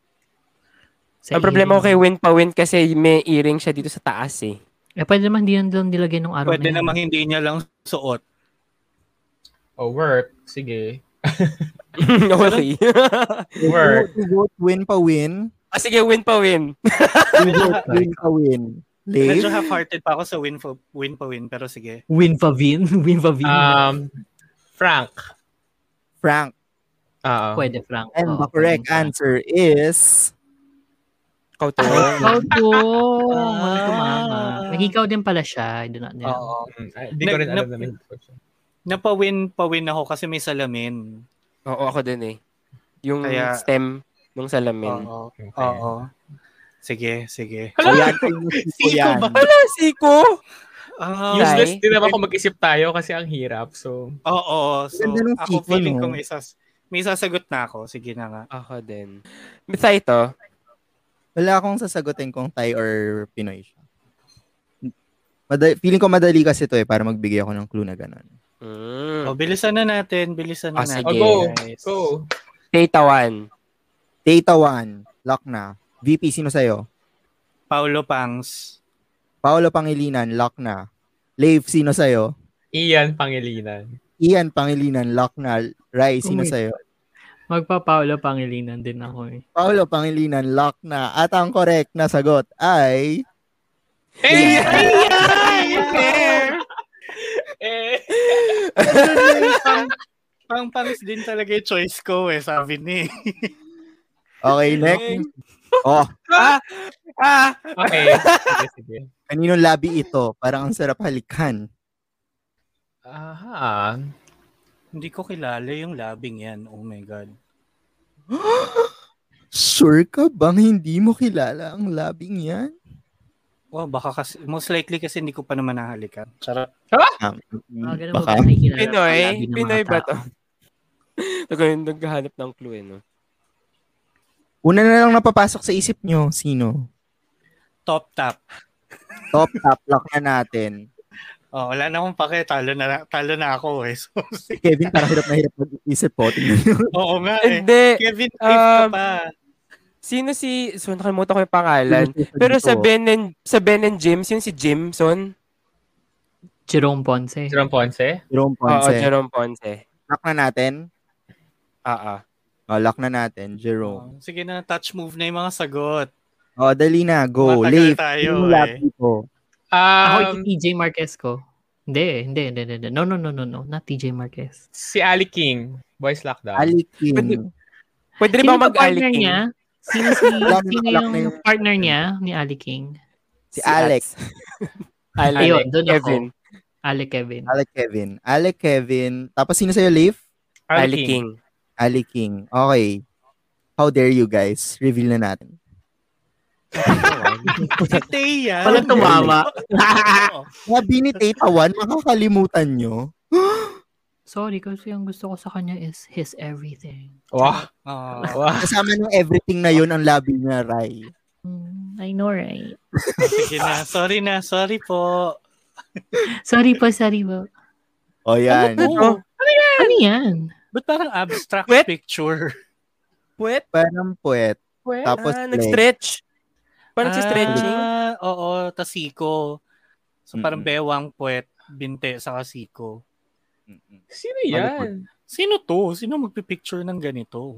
F: sa
D: Ang problema ko kay
F: earring-
D: Win pa Win kasi may earring siya dito sa taas *laughs* eh.
F: Eh, pwede naman hindi yan doon nilagay nung araw
E: Pwede
F: na
E: namang hindi niya lang suot.
C: Oh, work. Sige.
D: okay.
B: *laughs*
C: Work.
B: Two votes, win pa win?
D: ah, sige, Win pa Win.
B: Two votes, win pa win?
D: Eh?
E: Medyo
B: Lave?
E: half-hearted pa ako sa win, for, win pa win, pero sige.
F: Win pa win. *laughs* Win pa win.
D: Ah.
C: Um, Frank.
B: Frank.
C: Oo.
F: pwede, Frank.
A: Oh,
B: And
F: Oo,
B: the correct
F: pwede, Frank.
B: answer is...
D: Ikaw *laughs* to.
F: Ikaw *laughs* to. Mali ko,
E: Ah.
F: mama. Nakikaw din pala siya. I do not
D: Oh.
F: know.
E: Oo.
C: Mm, ay, Hindi ko rin alam na may
E: Napawin, pawin ako kasi may salamin.
D: Oo, ako din eh. Yung
E: Kaya- Oh.
D: stem ng salamin.
E: Oo.
C: Okay.
E: Oo. Eh. Sige, sige.
B: O yan, siko
E: *laughs* Siko
B: yan.
E: ba?
D: Wala, siko!
E: Ah,
D: Yes.
C: Useless
D: Okay.
C: din naman kung mag-isip tayo kasi ang hirap. So,
E: Oo. So,
B: Ganda ng
E: ako
B: siko,
E: feeling
B: no?
E: ko may, sas- may sasagot na ako. Sige na nga.
D: Ako din. Mithay to.
B: Wala akong sasagutin kung Thai or Pinoy siya. Madali, feeling ko madali kasi to eh, para magbigay ako ng clue na gano'n.
D: Mm.
E: O, bilisan na natin. Bilisan na
D: Ah,
C: oh,
E: natin.
D: Sige,
C: go.
E: guys.
C: Go.
D: Taitawan.
B: Data 1, lock na. VP, sino sa'yo?
E: Paolo Pangs.
B: Paolo Pangilinan, lock na. Lave, sino sa'yo?
C: Ian Pangilinan.
B: Ian Pangilinan, lock na. Rai, sino
F: my
B: sa'yo?
F: Magpa-Paolo Pangilinan din ako eh.
B: Paolo Pangilinan, lock na. At ang correct na sagot ay...
C: Eh! Eh.
E: pang, pang Pangs din talaga yung choice ko eh, sabi ni.
B: Okay, next. Oh,
D: Ah!
C: *laughs* Okay. Sige, sige.
B: kaninong labi ito? Parang ang sarap halikan.
C: Aha.
E: Hindi ko kilala yung labing yan. Oh my God.
B: Sure ka bang hindi mo kilala ang labing yan?
E: Wow, baka kasi, most likely kasi hindi ko pa naman nahalikan. Charot.
B: Um,
F: Ah, ganun ba
B: baka.
F: ba nakikilala
D: Pinoy?
F: ang labi ng mga
D: Pinoy ba
F: tao?
D: to? Nag- Naghahanap ng clue eh, no?
B: Una na lang napapasok sa isip nyo, sino?
E: Top tap.
B: Top top, lock na natin.
E: Oh, wala na akong pake. Talo na, talo na ako eh. *laughs* So,
B: Si Kevin, parang hirap na hirap mag-isip po. Tingnan nyo.
E: oo nga eh.
D: Hindi.
E: Kevin, safe ka
D: Um,
E: pa.
D: Sino si... So, nakalimutan ko yung pangalan. Pero
B: Dito.
D: sa Ben and, sa ben and James, yun si Jimson.
F: Jerome Ponce.
C: Jerome Ponce?
B: Jerome
D: Oo,
B: Ponce.
D: Jerome Ponce. Ah,
B: Lock na natin.
D: Oo.
B: Oh, lock na natin, Jerome.
E: Oh, sige na, touch move na yung mga sagot.
B: Oh, dali na, go.
E: Matagal
B: Leif,
E: tayo,
B: yung
E: eh.
B: labi ko.
F: ako
C: Um,
F: si TJ Marquez ko. Hindi, eh, hindi, hindi, hindi, hindi. No, no, no, no, no. Not TJ Marquez.
C: si Ali King. Boys Lockdown.
D: Pwede-
B: Alikin.
D: Pwede rin ba
F: ba partner
D: mag-aliking?
F: niya? Sino,
B: *laughs*
F: si,
B: Lock na,
F: sino
B: lock na
F: yung
B: yun.
F: partner niya ni Ali King?
B: Si Alex.
D: *laughs* Alex.
F: Ayun, doon ako.
D: Kevin.
F: Ali Kevin.
B: Alec Kevin. Alec Kevin. Tapos sino sa'yo, Leif?
D: Ali King.
B: Ali King. Okay. How dare you guys? Reveal na natin.
E: Si Thea.
F: Walang
E: *laughs*
F: tumama.
E: Oo.
B: Sabi ni Taitawan, makakalimutan nyo.
F: Sorry, kasi ang gusto ko sa kanya is his everything.
C: Wah.
E: Oo.
B: *laughs*
C: Wah.
B: Kasama ng everything na yon ang labi niya, Rai.
F: Hmm, I know, right?
E: Sige na, sorry na, sorry po.
F: Sorry po, sorry po.
B: O yan.
E: Oo.
F: Ano yan?
E: Ba't parang abstract
D: Wait.
E: picture?
D: Puwet?
B: Parang puwet. Tapos
D: ah,
B: leg.
D: nag-stretch. Parang si stretching.
E: Ah, oo, tasiko. So parang
B: Mm-mm.
E: bewang puwet, binte, saka siko.
C: Sino yan?
E: Sino to? Sino magpipicture ng ganito?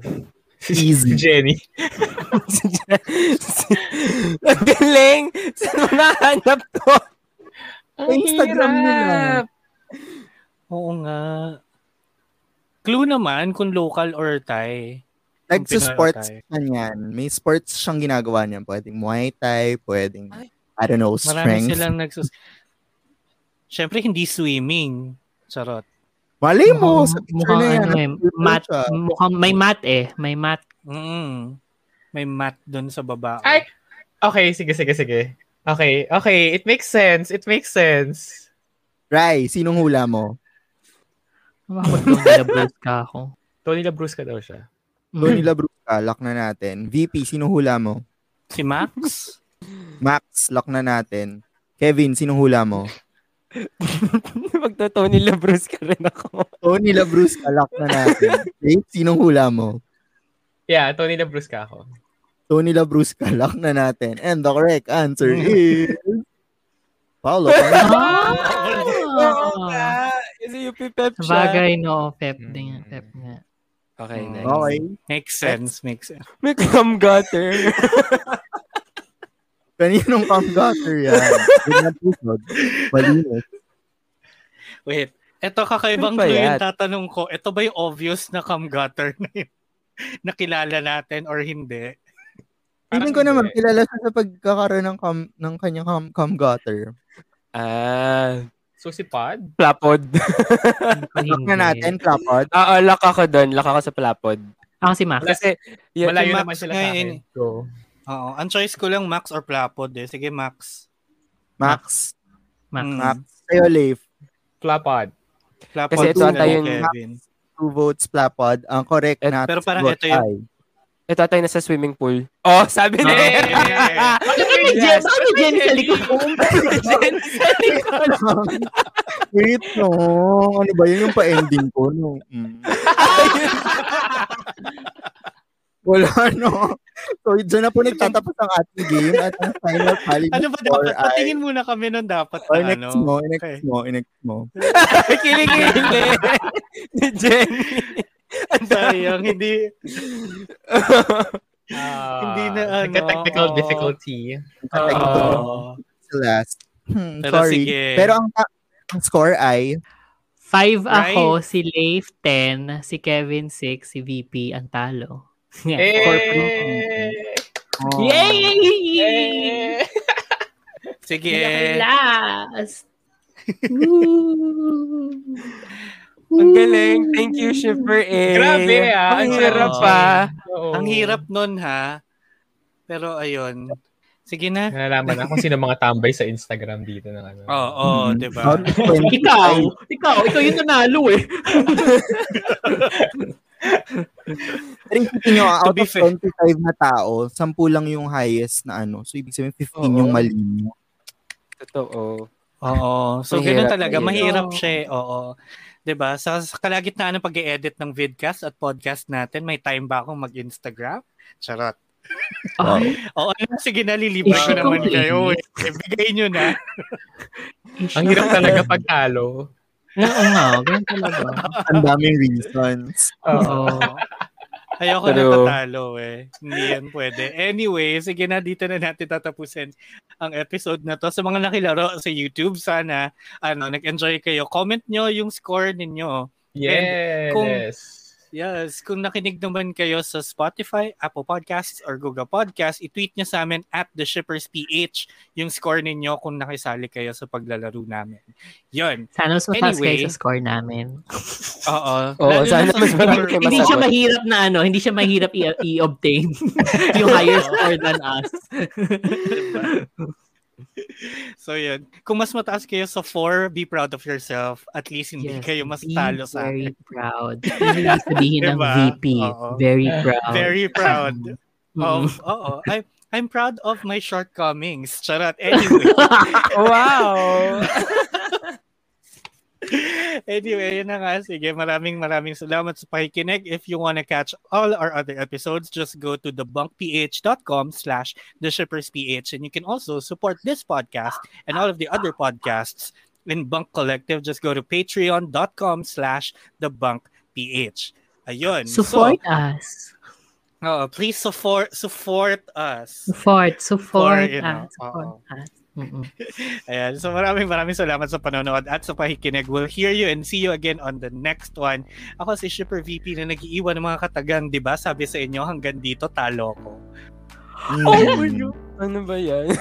C: Si Jenny.
D: *laughs* Ang galing! Saan mo nahanap to?
B: Sa Instagram nila.
D: *laughs*
E: Oo nga. Clue naman kung local or Thai.
B: Nagsusports
E: Pinatay.
B: na yan. May sports siyang ginagawa niyan. Pwedeng Muay Thai, pwedeng, I don't know,
E: Marami
B: strength.
E: silang nagsus... Siyempre, hindi swimming. Charot.
B: Malay mo, sa
F: Mukhang-
B: picture na
F: mukhang
B: yan.
F: ano eh,
B: nag-picture
F: mat,
B: siya.
F: mukhang may mat eh. May mat.
E: Mm. May mat doon sa baba.
C: Ay! Okay, sige, sige, sige. Okay, okay. It makes sense. It makes sense.
B: Rai, sinong hula mo?
F: Makapag-labros ka ako.
C: Tony Labrusca daw siya.
B: Tony Labrusca, lock na natin. VP, sinong hula mo?
E: Si Max?
B: Max, lock na natin. Kevin, sinong hula mo?
D: Magto Tony Labros ka rin ako.
B: Tony Labrus, lock na natin. Jake, sinong hula mo?
C: Yeah, Tony Labrusca ako.
B: Tony Labrus, *laughs* lock na natin. And the correct answer
E: Mm.
B: is... Paolo.
E: *laughs*
F: Hmm.
B: *laughs* Oh,
A: Ah!
D: Is it UP Pep siya?
F: Sabagay, no. Pep
C: Mm.
F: din yan. Pep nga.
D: Okay,
C: Mm.
D: next.
B: okay.
E: Makes sense, makes sense.
D: May cum gutter.
B: Kaninong camgutter yan? Good episode. Malinis.
E: Wait, eto
D: Ano
E: kakaibang
D: ba
E: clue yung
D: yan?
E: tatanong ko. Ito ba yung obvious na cam gutter na yun? *laughs* Nakilala natin or hindi?
B: Feeling
C: Parang eh?
B: ko naman,
C: hindi.
B: kilala siya sa pagkakaroon ng, cam, ng kanyang cam, camgutter.
D: *laughs* ah,
C: Susi Pod?
D: plapod.
B: Lock
E: Mm.
B: na natin, Clapot.
D: Oo, Ah, lock ako doon. Lock ako sa plapod.
F: Ako si Max.
D: Kasi, yun,
C: Malayo
E: si Max
C: naman sila sa
E: ngayon.
C: akin. Go.
E: Oo, ang choice ko lang Max or Plapod eh. Sige, Max. Hmm.
B: Max.
F: Max.
D: Mm.
B: Max. Sa'yo, Leif.
C: Flapod.
E: Plapod
D: Kasi ito
E: ko
D: ata
E: lang,
D: yun,
E: Kevin.
B: Two votes, Plapod. Ang correct
D: Eh,
B: na
E: pero parang
B: sagot
E: ito yun.
B: ay-
D: ito tayo nasa swimming pool. Oh, sabi
E: Ah.
D: ni
C: Eh,
D: Eric.
A: Bakit may Jen? Bakit may Jen sa likod ko?
B: *laughs* Wait, no. Ano ba yun? Yung pa-ending ko, no? Mm. *laughs* Wala, no? So, dyan na po nagtatapos ang ating game at ang final tally
E: Ano ba
B: score
E: dapat?
B: ay-
E: Patingin muna kami nun dapat
B: Oh,
E: na
B: next
E: ano.
D: *laughs*
B: mo, next
E: Okay.
B: mo, next mo.
D: Kilig-kilig *laughs* ni Jenny. Ang dami.
E: Sayang, hindi.
C: ah,
E: Hindi na ano,
C: Technical
E: oo.
C: difficulty. Ah.
B: Like,
E: Oo.
B: the last. Hmm,
E: Pero
B: sorry.
E: sige.
B: Pero ang, ang score ay
F: Five ako,
E: Right.
F: si Leif, 10, si Kevin, 6, si VP, ang talo. Yeah,
C: Eh,
F: four points.
B: oh,
F: Yay!
C: eh.
E: Sige.
F: Hindi ako last.
D: *laughs* Ang galing. Thank you, Shipper A.
C: Grabe,
D: Eh.
C: ah.
D: Ang
C: Ang ah.
D: hirap
E: sarap.
D: pa.
C: Oo.
E: Ang hirap nun ha. Pero ayun. Sige na.
C: Nalalaman na kung sino mga tambay sa Instagram dito ng ano.
E: Oo, diba?
B: Mm. Out
E: di ba?
B: of 20
E: *laughs*
A: Ikaw,
B: ay-
A: ikaw, ikaw yung nanalo eh.
B: Pero isipin nyo, out
E: be
B: of
E: fair.
B: 25 na tao, 10 lang yung highest na ano. So, ibig sabihin, 15
D: Oo.
B: yung mali nyo.
D: Totoo.
E: Oo. So,
D: Mahirap,
E: ganun talaga.
D: mahirap.
E: Mahirap siya eh. Oo. 'Di ba Sa, sa kalagitnaan ng pag-i-edit ng vidcast at podcast natin, may time ba akong mag-Instagram? Charot.
F: Oh,
E: Oo, ano, sige na, lilibre ko
F: Issue
E: naman
F: complete.
E: kayo. eh. Ibigay nyo na.
C: Ang hirap *laughs* talaga pag talo.
F: Oo nga, ganun talaga.
B: Ang daming reasons.
D: Oh.
C: Oo.
F: Oo.
E: *laughs*
D: Pero-
E: Ayoko na tatalo eh. Hindi yan pwede. Anyway, sige na, dito na natin tatapusin ang episode na to. Sa mga nakilaro sa YouTube, sana ano, nag-enjoy kayo. Comment nyo yung score ninyo.
C: Yes.
E: kung- Yes, kung nakinig naman kayo sa Spotify, Apple Podcasts, or Google Podcasts, i-tweet nyo sa amin at The Shippers PH yung score ninyo kung nakisali kayo sa paglalaro namin. Yun.
F: Sana mas mataas
E: Anyway.
F: kayo sa score namin.
E: Oo.
D: Oo,
E: Lalo na
D: sana
E: sa
D: mas marami
E: score.
D: kayo
F: hindi siya
D: Masagot.
F: mahirap na ano, hindi siya mahirap i- i-obtain *laughs* yung higher score than us.
E: Diba? So yun. Kung mas mataas kayo sa 4, be proud of yourself. At least hindi kayo mas
F: be
E: talo sa
F: very
E: akin.
F: proud. Yun yung sabihin ng
E: Diba?
F: VP.
E: Oo.
F: Very proud.
E: Very
D: *laughs*
E: proud. Oh.
F: Mm.
E: Of, oo. I'm, I'm proud of my shortcomings. Charot. Anyway.
D: Wow. *laughs*
E: *laughs* anyway, yun na nga. Sige, maraming maraming salamat sa pakikinig. If you wanna catch all our other episodes, just go to thebunkph.com slash theshippersph and you can also support this podcast and all of the other podcasts in Bunk Collective. Just go to patreon.com slash thebunkph. Ayun.
F: *laughs* Support us.
E: So, oo, please support, support us.
F: Support, support
E: For, you know,
F: us. Support
E: oo.
F: us. Mm-mm.
E: Ayan. So maraming maraming salamat sa panonood at sa pakikinig. We'll hear you and see you again on the next one. Ako si Shipper VP na nag-iiwan ng mga katagang, di ba? Sabi sa inyo, hanggang dito talo ko. Oh
B: Mm.
D: Ano ba yan?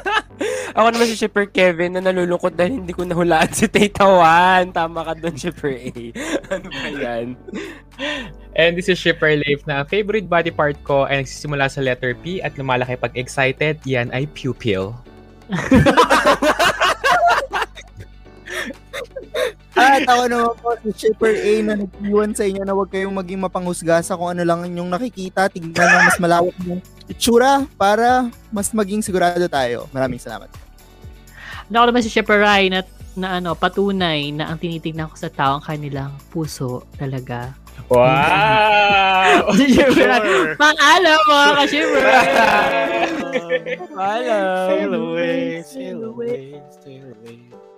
D: *laughs* Ako naman si Shipper Kevin na nalulungkot dahil hindi ko nahulaan si Taytawan. Tama ka doon, Shipper A. *laughs* Ano ba yan?
C: And this is Shipper Leif na ang favorite body part ko ay nagsisimula sa letter P at lumalaki pag excited, yan ay pupil.
B: At ako naman po si Shipper A na nag-iwan sa inyo na huwag kayong maging mapanghusga sa kung ano lang inyong nakikita. Tingnan na mas malawak yung itsura para mas maging sigurado tayo. Maraming salamat.
A: Ako naman si Shepard Ryan at na ano, patunay na ang tinitignan ko sa tao ang kanilang puso
E: *laughs*
A: talaga.
E: Oh,
C: Wow!
A: Si Shepard Ryan,
E: *laughs* Sure.
A: paalam mga ka-Shepard
E: Bye. *laughs*
G: Hello.
E: Sail away, sail away, sail away.